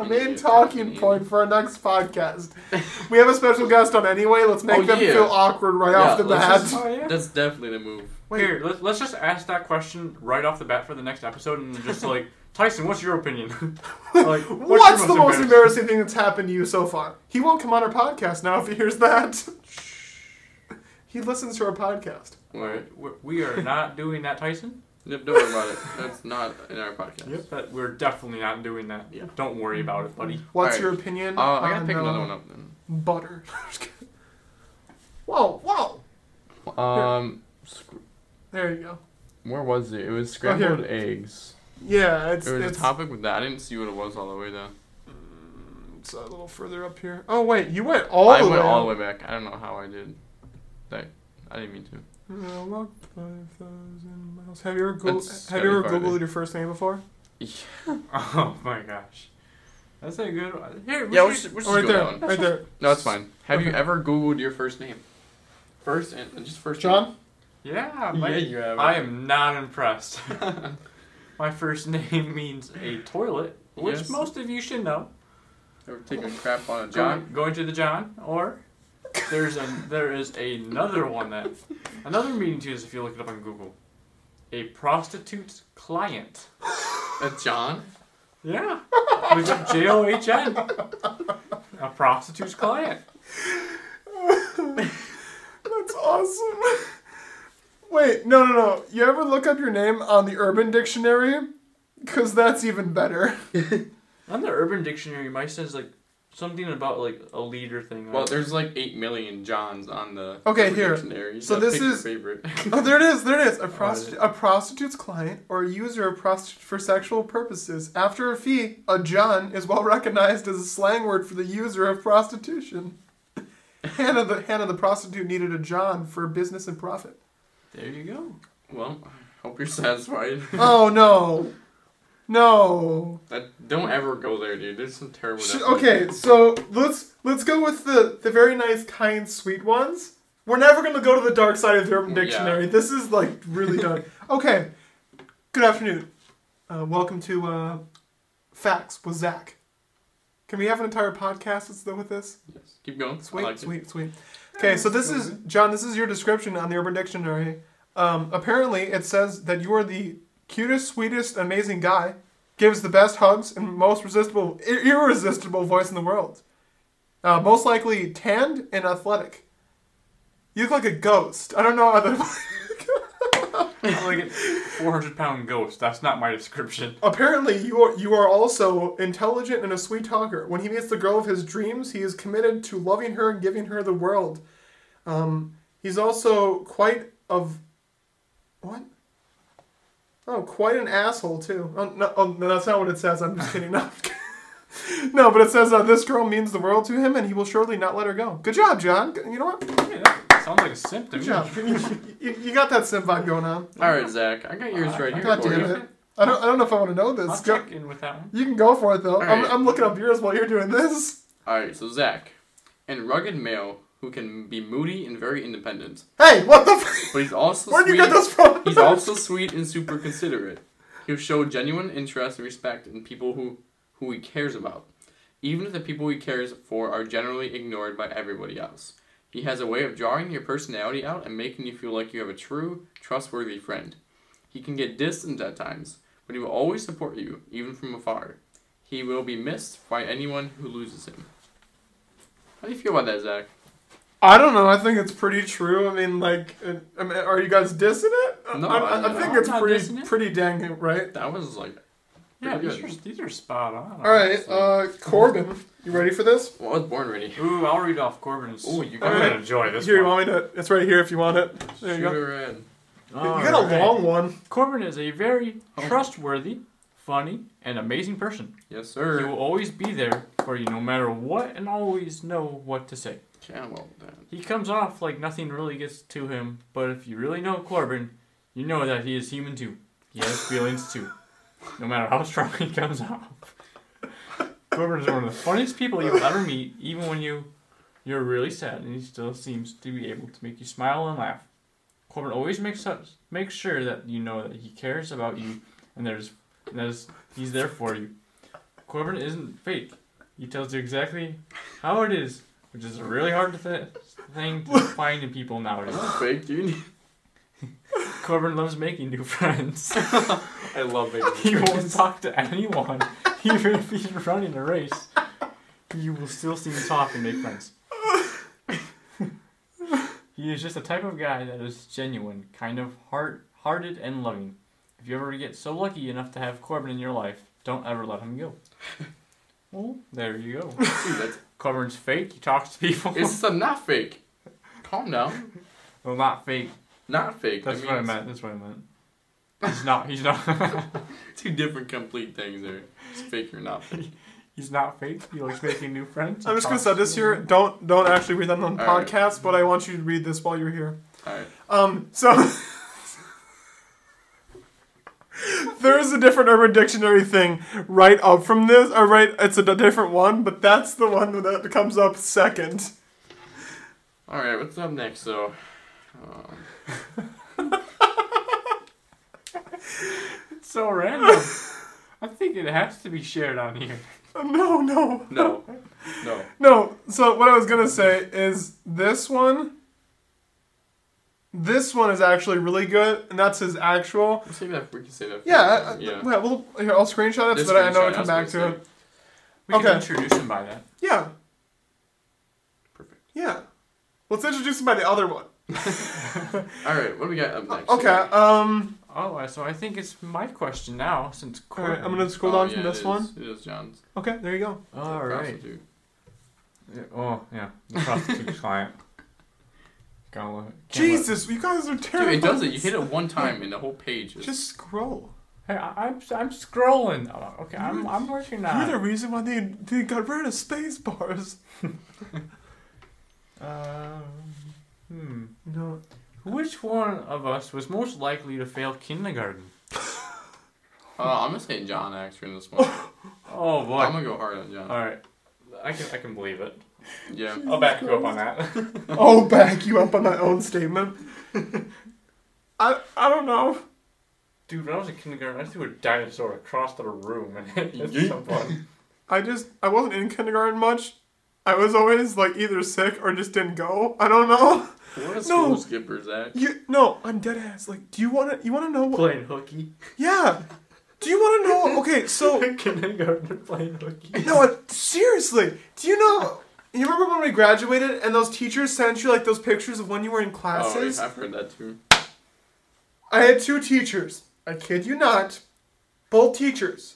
[SPEAKER 1] Any-
[SPEAKER 2] main talking
[SPEAKER 1] any-
[SPEAKER 2] point for our next podcast. We have a special guest on anyway. Let's make
[SPEAKER 1] Oh,
[SPEAKER 2] them
[SPEAKER 1] yeah.
[SPEAKER 2] feel awkward right off the
[SPEAKER 1] let's
[SPEAKER 2] bat.
[SPEAKER 1] just-
[SPEAKER 3] Oh, yeah.
[SPEAKER 1] That's definitely the move.
[SPEAKER 2] Wait.
[SPEAKER 3] Here, let's, let's just ask that question right off the bat for the next episode and just like Tyson, what's your opinion? like, what's, your
[SPEAKER 2] What's the most embarrassing thing that's happened to you so far? He won't come on our podcast now if he hears that. he listens to our podcast.
[SPEAKER 1] Alright.
[SPEAKER 3] We- We are not doing that, Tyson.
[SPEAKER 1] Yep, don't worry about it. That's not in our podcast.
[SPEAKER 3] But we're definitely not doing that.
[SPEAKER 1] Yeah.
[SPEAKER 3] Don't worry about it, buddy.
[SPEAKER 2] What's
[SPEAKER 1] Alright.
[SPEAKER 2] your opinion?
[SPEAKER 1] Uh, I gotta
[SPEAKER 2] on,
[SPEAKER 1] pick
[SPEAKER 2] uh,
[SPEAKER 1] another one up then.
[SPEAKER 2] Butter. whoa, whoa.
[SPEAKER 1] Um, sc-
[SPEAKER 2] There you go.
[SPEAKER 1] where was it? It was
[SPEAKER 2] Oh, here.
[SPEAKER 1] scrambled eggs.
[SPEAKER 2] Yeah, it's,
[SPEAKER 1] There was a
[SPEAKER 2] it's,
[SPEAKER 1] topic with that. I didn't see what it was all the way though.
[SPEAKER 2] it's a little further up here. Oh, wait, you went all
[SPEAKER 1] I
[SPEAKER 2] the
[SPEAKER 1] went
[SPEAKER 2] way
[SPEAKER 1] all
[SPEAKER 2] up.
[SPEAKER 1] the way back. I don't know how I did. That I didn't mean to.
[SPEAKER 2] I walked 5,000 miles. Have you ever, Goog-
[SPEAKER 1] That's
[SPEAKER 2] have you ever
[SPEAKER 1] gotta be farther.
[SPEAKER 2] Googled your first name before?
[SPEAKER 3] Oh my gosh. That's a good one. Here, we
[SPEAKER 1] Yeah, we
[SPEAKER 3] should-
[SPEAKER 1] should, we should
[SPEAKER 2] Oh, right
[SPEAKER 1] go
[SPEAKER 2] there.
[SPEAKER 1] that one.
[SPEAKER 2] Right there.
[SPEAKER 1] No, that's fine. Have you
[SPEAKER 2] Okay.
[SPEAKER 1] ever Googled your first name? First and and just first
[SPEAKER 2] John?
[SPEAKER 3] yeah,
[SPEAKER 1] name?
[SPEAKER 3] my-
[SPEAKER 1] Yeah, you have.
[SPEAKER 3] I am not impressed. my first name means a toilet, which
[SPEAKER 1] Yes.
[SPEAKER 3] most of you should know.
[SPEAKER 1] Ever taken a crap on a
[SPEAKER 3] John,
[SPEAKER 1] John?
[SPEAKER 3] going to the John, or there's a there is another one that another meaning to this if you look it up on Google. A prostitute's client.
[SPEAKER 1] A John?
[SPEAKER 3] Yeah, with a J O H N. A prostitute's client.
[SPEAKER 2] That's awesome. Wait, no, no, no. You ever look up your name on the Urban Dictionary? Because that's even better.
[SPEAKER 3] On the Urban Dictionary, mine says like something about like a leader thing.
[SPEAKER 1] Well,
[SPEAKER 3] right?
[SPEAKER 1] there's like eight million Johns on the
[SPEAKER 2] Okay,
[SPEAKER 1] Urban
[SPEAKER 2] here.
[SPEAKER 1] Dictionary.
[SPEAKER 2] So
[SPEAKER 1] Now
[SPEAKER 2] this
[SPEAKER 1] pick your
[SPEAKER 2] is-
[SPEAKER 1] favorite.
[SPEAKER 2] oh, there it is. There it is. A, prosti- a prostitute's client or a user of prostitute for sexual purposes. After a fee, a John is well recognized as a slang word for the user of prostitution. Hannah the, Hannah the prostitute needed a John for business and profit.
[SPEAKER 3] there you go.
[SPEAKER 1] well, hope you're satisfied.
[SPEAKER 2] Oh, no. No.
[SPEAKER 1] that, don't ever go there, dude. There's some terrible.
[SPEAKER 2] Sh- okay, so let's let's go with the the very nice, kind, sweet ones. We're never gonna go to the dark side of the Urban
[SPEAKER 1] Yeah.
[SPEAKER 2] Dictionary. This is like really dark. okay, good afternoon. Uh, welcome to uh, Facts with Zach. Can we have an entire podcast that's with this?
[SPEAKER 1] Yes. Keep going.
[SPEAKER 2] Sweet,
[SPEAKER 1] I like it.
[SPEAKER 2] sweet, sweet. Okay, so this is John. This is your description on the Urban Dictionary. Um, apparently, it says that you are the cutest, sweetest, amazing guy, gives the best hugs and most resistible, ir- irresistible voice in the world. Uh, most likely tanned and athletic. You look like a ghost. I don't know how to.
[SPEAKER 3] I'm like a 400 pound ghost. That's not my description.
[SPEAKER 2] Apparently, you are you are also intelligent and a sweet talker. When he meets the girl of his dreams, he is committed to loving her and giving her the world. Um, he's also quite of what? Oh, quite an asshole too. Oh no, oh, no that's not what it says. I'm just kidding. No, no but it says uh, this girl means the world to him, and he will surely not let her go. Good job, John. Good- You know what? Good
[SPEAKER 3] Oh, Yeah, that sounds like a symptom.
[SPEAKER 2] job. you, you- you got that sim vibe going on.
[SPEAKER 1] All right, Zach. I got yours right here.
[SPEAKER 2] God
[SPEAKER 1] for
[SPEAKER 2] Ah, damn
[SPEAKER 1] you.
[SPEAKER 2] it. I don't. I don't know if I want to know this.
[SPEAKER 3] I'll
[SPEAKER 2] Go-
[SPEAKER 3] check in with that one.
[SPEAKER 2] You can go for it though. I'm,
[SPEAKER 1] Alright.
[SPEAKER 2] I'm looking up yours while you're doing this.
[SPEAKER 1] All right, so Zach, and rugged male who can be moody and very independent,
[SPEAKER 2] Hey, what the? F-
[SPEAKER 1] but he's also
[SPEAKER 2] Where'd
[SPEAKER 1] sweet.
[SPEAKER 2] you get this from?
[SPEAKER 1] He's also sweet and super considerate. He'll show genuine interest and respect in people who who he cares about, even if the people he cares for are generally ignored by everybody else. He has a way of drawing your personality out and making you feel like you have a true, trustworthy friend. He can get distant at times, but he will always support you, even from afar. He will be missed by anyone who loses him. How do you feel about that, Zach?
[SPEAKER 2] I don't know. I think it's pretty true. I mean, like, uh, I mean, are you guys dissing it? I-
[SPEAKER 1] No,
[SPEAKER 2] I, I,
[SPEAKER 1] I'm
[SPEAKER 2] I think
[SPEAKER 3] not.
[SPEAKER 2] it's
[SPEAKER 3] I'm not
[SPEAKER 2] pretty,
[SPEAKER 3] dissing it.
[SPEAKER 2] pretty dang right.
[SPEAKER 1] That was like
[SPEAKER 3] Yeah,
[SPEAKER 1] pretty
[SPEAKER 3] these are, these are spot on.
[SPEAKER 2] All right, uh, Corbin, you ready for this?
[SPEAKER 1] Well, I was born ready.
[SPEAKER 3] Ooh, I'll read off Corbin's.
[SPEAKER 1] Ooh, you
[SPEAKER 3] I'm
[SPEAKER 1] got
[SPEAKER 3] gonna
[SPEAKER 2] it.
[SPEAKER 3] enjoy this
[SPEAKER 2] Here, you
[SPEAKER 3] one.
[SPEAKER 2] want me to? It's right here if you want it. There you go.
[SPEAKER 1] Shooter and
[SPEAKER 2] You got a long one.
[SPEAKER 3] Corbin is a very
[SPEAKER 1] Oh.
[SPEAKER 3] trustworthy, funny, and amazing person.
[SPEAKER 1] yes,
[SPEAKER 3] He
[SPEAKER 1] sir.
[SPEAKER 3] will always be there for you no matter what and always know what to say.
[SPEAKER 1] Yeah, well, that.
[SPEAKER 3] He comes off like nothing really gets to him, but if you really know Corbin, you know that he is human too. He has feelings too. No matter how strong he comes off. Corbin is one of the funniest people you'll ever meet, even when you you're really sad and he still seems to be able to make you smile and laugh. Corbin always makes us makes sure that you know that he cares about you and there's and there's he's there for you. Corbin isn't fake. He tells you exactly how it is, which is a really hard to th- thing to find in people nowadays.
[SPEAKER 1] Fake, dude.
[SPEAKER 7] Corbin loves making new friends.
[SPEAKER 1] I love it.
[SPEAKER 7] he won't talk to anyone, even if he's running a race. You will still see him talk and make friends. he is just a type of guy that is genuine, kind of heart hearted and loving. If you ever get so lucky enough to have Corbin in your life, don't ever let him go. Well, there you go. Corbin's fake. He talks to people.
[SPEAKER 1] It's a not fake. Calm down.
[SPEAKER 7] well, not fake.
[SPEAKER 1] Not fake.
[SPEAKER 7] That's
[SPEAKER 1] That
[SPEAKER 7] what I
[SPEAKER 1] means
[SPEAKER 7] meant. That's what I meant. He's not. He's not.
[SPEAKER 1] Two different complete things there. It's fake or not fake.
[SPEAKER 7] he's not fake. He likes making new friends.
[SPEAKER 2] I'm just gonna
[SPEAKER 7] Talks-
[SPEAKER 2] say this here. Don't don't actually read them on the
[SPEAKER 1] All right.
[SPEAKER 2] podcast, but I want you to read this while you're here.
[SPEAKER 1] Alright.
[SPEAKER 2] Um, so there is a different Urban Dictionary thing right up from this, or right, it's a d- different one, but that's the one that comes up second.
[SPEAKER 1] Alright, what's up next though? Um,
[SPEAKER 7] It's so random. I think it has to be shared on here.
[SPEAKER 2] Um, No, no,
[SPEAKER 1] no. No.
[SPEAKER 2] no. So what I was gonna say is this one. This one is actually really good, and that's his actual.
[SPEAKER 1] We'll save that we can save that for
[SPEAKER 2] Yeah,
[SPEAKER 1] another
[SPEAKER 2] I- I-
[SPEAKER 1] time.
[SPEAKER 2] yeah. Well, here I'll screenshot it
[SPEAKER 1] This
[SPEAKER 2] so that I know
[SPEAKER 1] screenshot,
[SPEAKER 2] to come
[SPEAKER 1] was
[SPEAKER 2] back
[SPEAKER 1] gonna
[SPEAKER 2] to it.
[SPEAKER 1] say.
[SPEAKER 7] We can
[SPEAKER 2] Okay.
[SPEAKER 7] introduce him by that.
[SPEAKER 2] Yeah,
[SPEAKER 1] Perfect.
[SPEAKER 2] yeah. Let's introduce him by the other one.
[SPEAKER 1] Alright, what do we got up next?
[SPEAKER 2] Uh, Okay. Um.
[SPEAKER 7] Oh, uh, so I think it's my question now, since
[SPEAKER 2] All
[SPEAKER 7] Corbin.
[SPEAKER 2] right. I'm gonna scroll
[SPEAKER 1] Oh,
[SPEAKER 2] down
[SPEAKER 1] yeah,
[SPEAKER 2] from
[SPEAKER 1] it
[SPEAKER 2] this
[SPEAKER 1] is.
[SPEAKER 2] one.
[SPEAKER 1] It is John's.
[SPEAKER 2] Okay. There you go.
[SPEAKER 7] All right.
[SPEAKER 1] Prostitute.
[SPEAKER 7] Yeah, oh yeah, the prostitute client. Gotta love it. Can't let-
[SPEAKER 2] Jesus, you guys are
[SPEAKER 1] Dude,
[SPEAKER 2] terrible.
[SPEAKER 1] it does it. You hit it one time and the whole page is.
[SPEAKER 2] Just scroll.
[SPEAKER 7] Hey, I, I'm I'm scrolling. Oh, okay, I'm I'm working
[SPEAKER 2] You're the
[SPEAKER 7] on.
[SPEAKER 2] reason why they they got rid of space bars.
[SPEAKER 7] it. Um, hmm.
[SPEAKER 2] No.
[SPEAKER 7] Which one of us was most likely to fail kindergarten?
[SPEAKER 1] Uh, I'm gonna say John actually in this one.
[SPEAKER 7] Oh boy.
[SPEAKER 1] I'm gonna go hard on John.
[SPEAKER 7] All right. I can I can believe it.
[SPEAKER 1] Yeah.
[SPEAKER 7] I'll back you up on that.
[SPEAKER 2] I'll back you up on my own statement. I I don't know.
[SPEAKER 7] Dude, when I was in kindergarten, I threw a dinosaur across the room and it hit
[SPEAKER 1] Yeet.
[SPEAKER 7] someone.
[SPEAKER 2] I just I wasn't in kindergarten much. I was always like either sick or just didn't go. I don't know.
[SPEAKER 1] What is
[SPEAKER 2] No.
[SPEAKER 1] school skippers at?
[SPEAKER 2] You no, I'm dead ass. Like, do you wanna you wanna know? What,
[SPEAKER 7] playing hooky.
[SPEAKER 2] yeah. Do you wanna know? Okay, so
[SPEAKER 7] kindergarten playing hooky.
[SPEAKER 2] No, uh, seriously. Do you know? You remember when we graduated and those teachers sent you like those pictures of when you were in
[SPEAKER 1] Oh,
[SPEAKER 2] classes?
[SPEAKER 1] yeah, I've heard that too.
[SPEAKER 2] I had two teachers. I kid you not. Both teachers.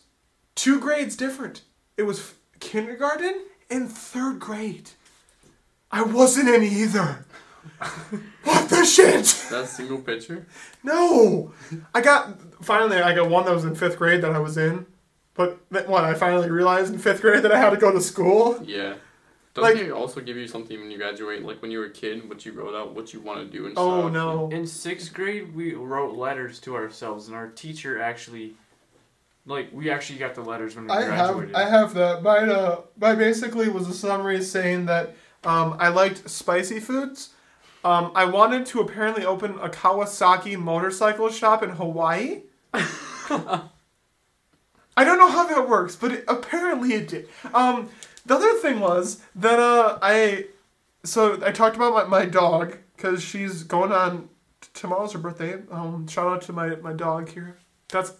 [SPEAKER 2] Two grades different. It was f- kindergarten and third grade. I wasn't in either. what the shit?
[SPEAKER 1] That single picture?
[SPEAKER 2] No, I got finally. I got one that was in fifth grade that I was in, but that one I finally realized in fifth grade that I had to go to school.
[SPEAKER 1] Yeah. Don't
[SPEAKER 2] Like-
[SPEAKER 1] they also give you something when you graduate, like when you were a kid, what you wrote out, what you want to do and
[SPEAKER 2] Oh
[SPEAKER 1] stuff?
[SPEAKER 2] no!
[SPEAKER 3] In sixth grade, we wrote letters to ourselves, and our teacher actually, like, we actually got the letters when we
[SPEAKER 2] I have
[SPEAKER 3] graduated.
[SPEAKER 2] I have that. Mine uh mine basically was a summary saying that um I liked spicy foods. Um I wanted to apparently open a Kawasaki motorcycle shop in Hawaii. I don't know how that works, but it, apparently it did. Um the other thing was that uh I so I talked about my, my dog cuz she's going on t- tomorrow's her birthday. Um shout out to my my dog here. That's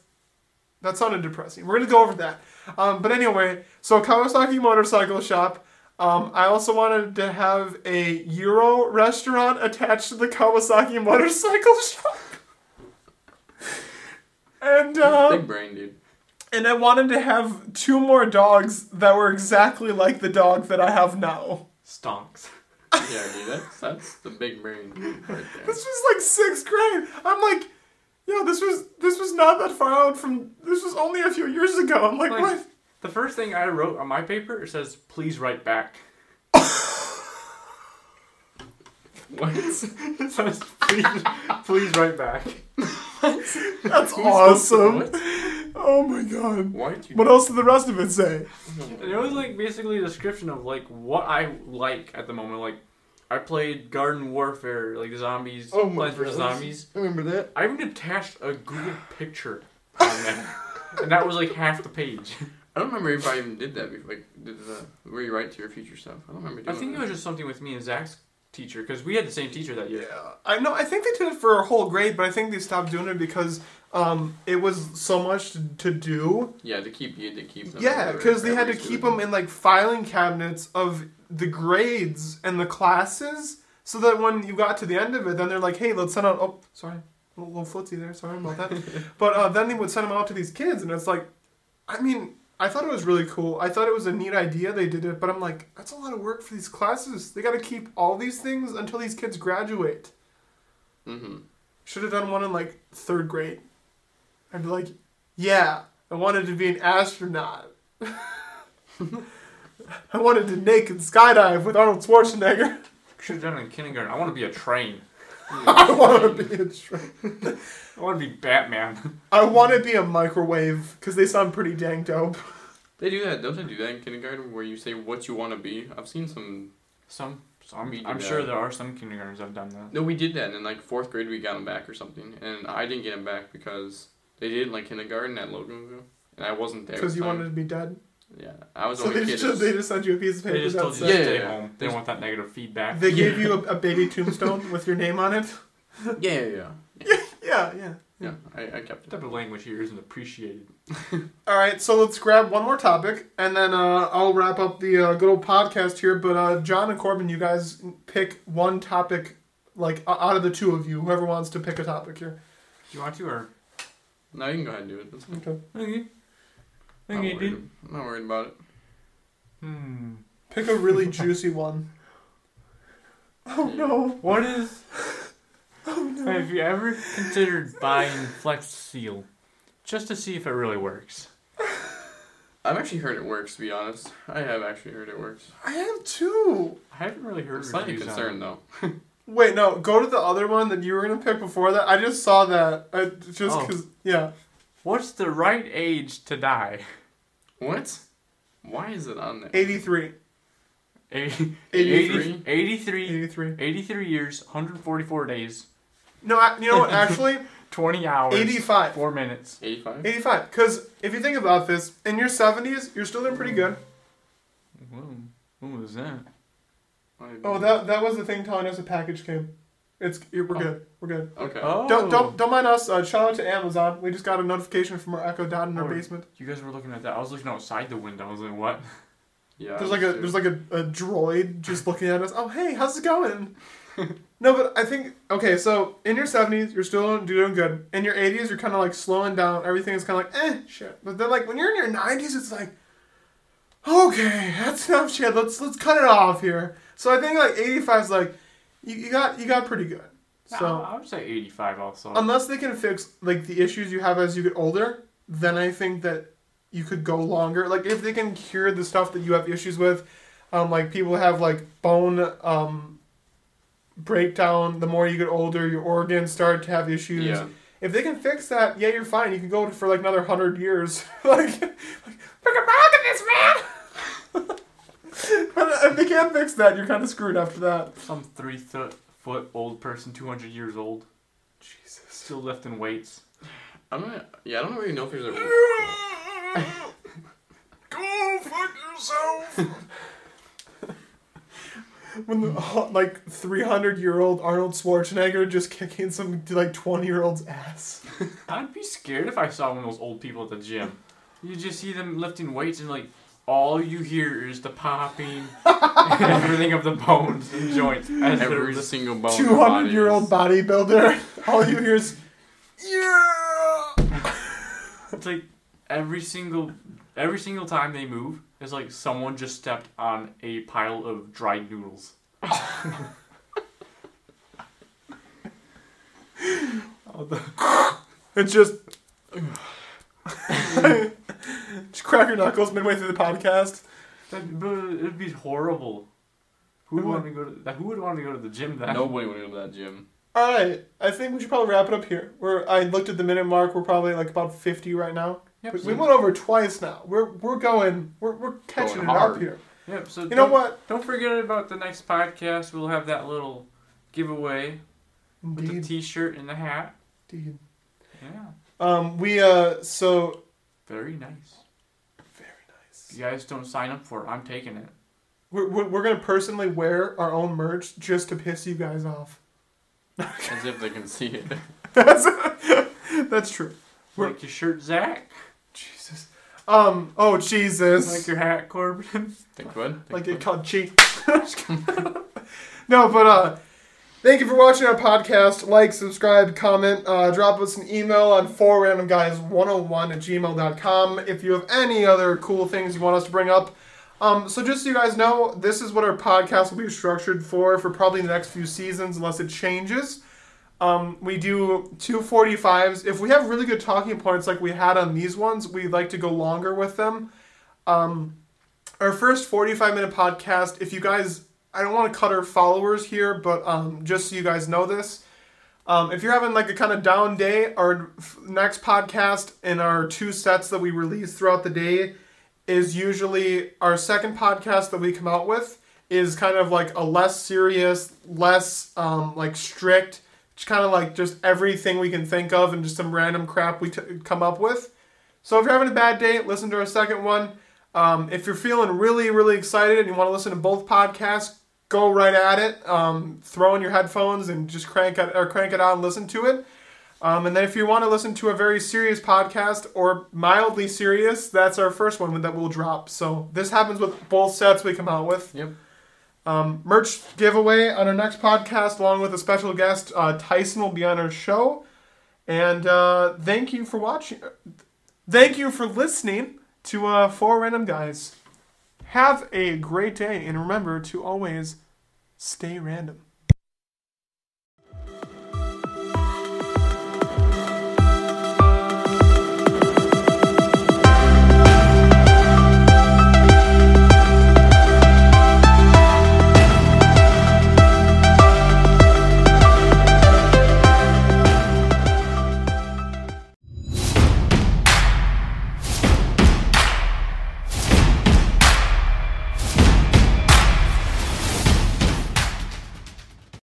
[SPEAKER 2] that sounded depressing. We're gonna go over that. Um, but anyway, so Kawasaki Motorcycle Shop. Um, I also wanted to have a Euro restaurant attached to the Kawasaki Motorcycle Shop. and
[SPEAKER 1] Big
[SPEAKER 2] um,
[SPEAKER 1] brain, dude.
[SPEAKER 2] and I wanted to have two more dogs that were exactly like the dog that I have now.
[SPEAKER 7] Stonks.
[SPEAKER 1] Yeah, dude, that's, that's the big brain right there.
[SPEAKER 2] This was like sixth grade. I'm like, yo, this was this was not that far out from. This was only a few years ago. I'm like,
[SPEAKER 3] Like-
[SPEAKER 2] what?
[SPEAKER 3] The first thing I wrote on my paper it says, "Please write back."
[SPEAKER 1] What?
[SPEAKER 7] It says, please, please write back.
[SPEAKER 2] That's awesome. Oh my god.
[SPEAKER 1] Why'd you
[SPEAKER 2] What else did the rest of it say?
[SPEAKER 3] And it was like basically a description of like what I like at the moment. Like, I played Garden Warfare, like zombies,
[SPEAKER 1] Oh my
[SPEAKER 3] Plants vs
[SPEAKER 1] goodness.
[SPEAKER 3] Zombies.
[SPEAKER 1] remember that?
[SPEAKER 3] I even attached a Google picture on there, and that was like half the page.
[SPEAKER 1] I don't remember if I even did that before. Like, did the rewrite to your future stuff. I don't remember
[SPEAKER 3] I
[SPEAKER 1] doing
[SPEAKER 3] think it
[SPEAKER 1] that.
[SPEAKER 3] was just something with me and Zach's teacher because we had the same teacher that year.
[SPEAKER 2] Yeah, I know. I think they did it for a whole grade, but I think they stopped doing it because um, it was so much to, to do.
[SPEAKER 1] Yeah, to keep you to keep them.
[SPEAKER 2] Yeah,
[SPEAKER 1] there
[SPEAKER 2] because they had to
[SPEAKER 1] every
[SPEAKER 2] keep
[SPEAKER 1] student.
[SPEAKER 2] them in like filing cabinets of the grades and the classes, so that when you got to the end of it, then they're like, "Hey, let's send out." Oh, sorry, a little footsie there. Sorry about that. but uh, then they would send them out to these kids, and it's like, I mean, I thought it was really cool. I thought it was a neat idea they did it, but I'm like, that's a lot of work for these classes. They got to keep all these things until these kids graduate.
[SPEAKER 1] Mhm.
[SPEAKER 2] Should have done one in like third grade. I'd be like, yeah, I wanted to be an astronaut. I wanted to naked skydive with Arnold Schwarzenegger.
[SPEAKER 3] Should have done it in kindergarten. I want to be a train.
[SPEAKER 2] I want to be a tra-
[SPEAKER 3] I want to be Batman.
[SPEAKER 2] I want to be a microwave because they sound pretty dang dope.
[SPEAKER 1] They do that. Don't they do that in kindergarten where you say what you want to be? I've seen some.
[SPEAKER 3] Some, some
[SPEAKER 1] We do
[SPEAKER 3] I'm
[SPEAKER 1] that.
[SPEAKER 3] sure there are some kindergartens that have done that.
[SPEAKER 1] No, we did that and in like fourth grade. We got them back or something, and I didn't get them back because they did in like kindergarten at Loganville, and I wasn't there.
[SPEAKER 2] Because
[SPEAKER 1] at
[SPEAKER 2] you
[SPEAKER 1] the
[SPEAKER 2] wanted
[SPEAKER 1] time.
[SPEAKER 2] to be dead.
[SPEAKER 1] Yeah, I was
[SPEAKER 2] So
[SPEAKER 1] only
[SPEAKER 2] they
[SPEAKER 1] a kid.
[SPEAKER 2] just, they just sent you a piece of paper
[SPEAKER 3] They just
[SPEAKER 2] that
[SPEAKER 3] told you
[SPEAKER 2] said.
[SPEAKER 3] to
[SPEAKER 1] Yeah,
[SPEAKER 3] stay
[SPEAKER 1] yeah, yeah.
[SPEAKER 3] home. They don't want that negative feedback.
[SPEAKER 2] They gave you a, a baby tombstone with your name on it.
[SPEAKER 1] yeah, yeah, yeah.
[SPEAKER 2] Yeah, yeah.
[SPEAKER 1] Yeah, I, I kept
[SPEAKER 3] That
[SPEAKER 1] it.
[SPEAKER 3] type of language here isn't appreciated.
[SPEAKER 2] All right, so let's grab one more topic, and then uh, I'll wrap up the uh, good old podcast here. But uh, John and Corbin, you guys pick one topic, like o- out of the two of you, whoever wants to pick a topic here.
[SPEAKER 3] Do you want to or?
[SPEAKER 1] No, you can go ahead and do it. That's fine.
[SPEAKER 2] Okay.
[SPEAKER 7] Okay.
[SPEAKER 1] I'm not
[SPEAKER 7] Okay,
[SPEAKER 1] worried.
[SPEAKER 7] dude.
[SPEAKER 1] I'm not worried about it.
[SPEAKER 7] Hmm.
[SPEAKER 2] Pick a really juicy one. Oh no!
[SPEAKER 7] What is? Have you ever considered buying Flex Seal, just to see if it really works?
[SPEAKER 1] I've actually heard it works. To be honest, I have actually heard it works.
[SPEAKER 2] I have two.
[SPEAKER 3] I haven't really heard.
[SPEAKER 1] I'm slightly
[SPEAKER 3] reviews on
[SPEAKER 1] concerned
[SPEAKER 3] it.
[SPEAKER 1] though.
[SPEAKER 2] Wait, no. Go to the other one that you were gonna pick before that. I just saw that. I just
[SPEAKER 7] Oh.
[SPEAKER 2] cause yeah.
[SPEAKER 7] What's the right age to die?
[SPEAKER 1] What? Why is it on there?
[SPEAKER 2] Eighty three.
[SPEAKER 7] Eighty-
[SPEAKER 1] 83?
[SPEAKER 7] 83,
[SPEAKER 2] Eighty three.
[SPEAKER 7] 83 years, 144 days,
[SPEAKER 2] No, I, you know what? Actually,
[SPEAKER 7] 20 hours,
[SPEAKER 2] 85.
[SPEAKER 7] 4 minutes.
[SPEAKER 1] 85?
[SPEAKER 2] 85. Because if you think about this, in your 70s, you're still doing pretty good.
[SPEAKER 7] Whoa. What was that?
[SPEAKER 2] Oh, that that was the thing telling us a package came. It's we're good. We're good.
[SPEAKER 1] Okay.
[SPEAKER 7] Oh.
[SPEAKER 2] Don't don't don't mind us. Uh, shout out to Amazon. We just got a notification from our Echo Dot in our
[SPEAKER 3] Oh.
[SPEAKER 2] basement.
[SPEAKER 3] You guys were looking at that. I was looking outside the window. I was like, what?
[SPEAKER 1] Yeah.
[SPEAKER 2] There's like a there's like a, a droid just looking at us. Oh hey, how's it going? no, but I think okay. So in your seventies, you're still doing- doing good. In your eighties, you're kind of like slowing down. Everything is kind of like eh shit. But then like when you're in your nineties, it's like okay, that's enough shit. Let's let's cut it off here. So I think like eighty five is like you, you got you got pretty good. So.
[SPEAKER 3] I, I would say 85 also.
[SPEAKER 2] unless they can fix like the issues you have as you get older, then I think that you could go longer. Like if they can cure the stuff that you have issues with, um, like people have like bone um, breakdown. The more you get older, your organs start to have issues.
[SPEAKER 1] Yeah.
[SPEAKER 2] If they can fix that, yeah, you're fine. You can go for like another hundred years. like, like, look at this man. but if they can't fix that, you're kind of screwed after that.
[SPEAKER 3] Some three th- foot old person, 200 years old,
[SPEAKER 2] Jesus.
[SPEAKER 3] still lifting weights.
[SPEAKER 1] I'm gonna, yeah, I don't really know if there's a.
[SPEAKER 2] Go fuck yourself. when the uh, like three hundred year old Arnold Schwarzenegger just kicking some like twenty year old's ass.
[SPEAKER 3] I'd be scared if I saw one of those old people at the gym. You just see them lifting weights and like all you hear is the popping and everything of the bones and joints as they're
[SPEAKER 1] Every
[SPEAKER 3] lifting.
[SPEAKER 1] single bone. in
[SPEAKER 2] Two
[SPEAKER 1] your body
[SPEAKER 2] hundred year old
[SPEAKER 1] is-
[SPEAKER 2] bodybuilder. All you hear is yeah.
[SPEAKER 3] It's like every single every single time they move, it's like someone just stepped on a pile of dried noodles.
[SPEAKER 2] It's just. just crack your knuckles midway through the podcast.
[SPEAKER 3] That, but it'd be horrible. Who would
[SPEAKER 2] Who
[SPEAKER 3] want to go to? Who would want to go to the gym then?
[SPEAKER 1] Nobody would go to that gym.
[SPEAKER 2] All right, I think we should probably wrap it up here. We're I looked at the minute mark. We're probably like about fifty right now.
[SPEAKER 3] Yep.
[SPEAKER 2] We, we went over twice now. We're we're going. We're we're catching
[SPEAKER 1] Going
[SPEAKER 2] it
[SPEAKER 1] hard.
[SPEAKER 2] up here.
[SPEAKER 3] Yep. So
[SPEAKER 2] You know what?
[SPEAKER 3] Don't forget about the next podcast. We'll have that little giveaway with the
[SPEAKER 2] Indeed,
[SPEAKER 3] T-shirt and the hat.
[SPEAKER 2] indeed.
[SPEAKER 3] Yeah.
[SPEAKER 2] Um, we uh, so
[SPEAKER 3] Very nice.
[SPEAKER 2] very nice.
[SPEAKER 3] If you guys don't sign up for it, I'm taking it.
[SPEAKER 2] We're, we're, we're gonna personally wear our own merch just to piss you guys off.
[SPEAKER 1] As if they can see it.
[SPEAKER 2] That's, that's true. We're-
[SPEAKER 3] Like your shirt, Zach.
[SPEAKER 2] Jesus. Um. Oh Jesus.
[SPEAKER 3] Like your hat, Corbin.
[SPEAKER 1] Think what?
[SPEAKER 2] like it called cheek. no, but uh, thank you for watching our podcast. Like, subscribe, comment, uh, drop us an email on 4randomguys101 at gmail.com if you have any other cool things you want us to bring up. Um, so just so you guys know, this is what our podcast will be structured for for probably the next few seasons, unless it changes. Um, we do 245s. If we have really good talking points like we had on these ones, we like to go longer with them our first 45 minute podcast if you guys i don't want to cut our followers here but um, just so you guys know this um, if you're having like a kind of down day our f- next podcast and our two sets that we release throughout the day is usually our second podcast that we come out with is kind of like a less serious less um, like strict it's kind of like just everything we can think of and just some random crap we t- come up with so if you're having a bad day, listen to our second one. Um, if you're feeling really, really excited and you want to listen to both podcasts, go right at it. Um, throw in your headphones and just crank it or crank it out and listen to it. Um, and then if you want to listen to a very serious podcast or mildly serious, that's our first one that we'll drop. So this happens with both sets we come out with.
[SPEAKER 1] Yep.
[SPEAKER 2] Um, merch giveaway on our next podcast, along with a special guest, uh, Tyson will be on our show. And uh, thank you for watching. Thank you for listening to uh, Four Random Guys. Have a great day, and remember to always stay random.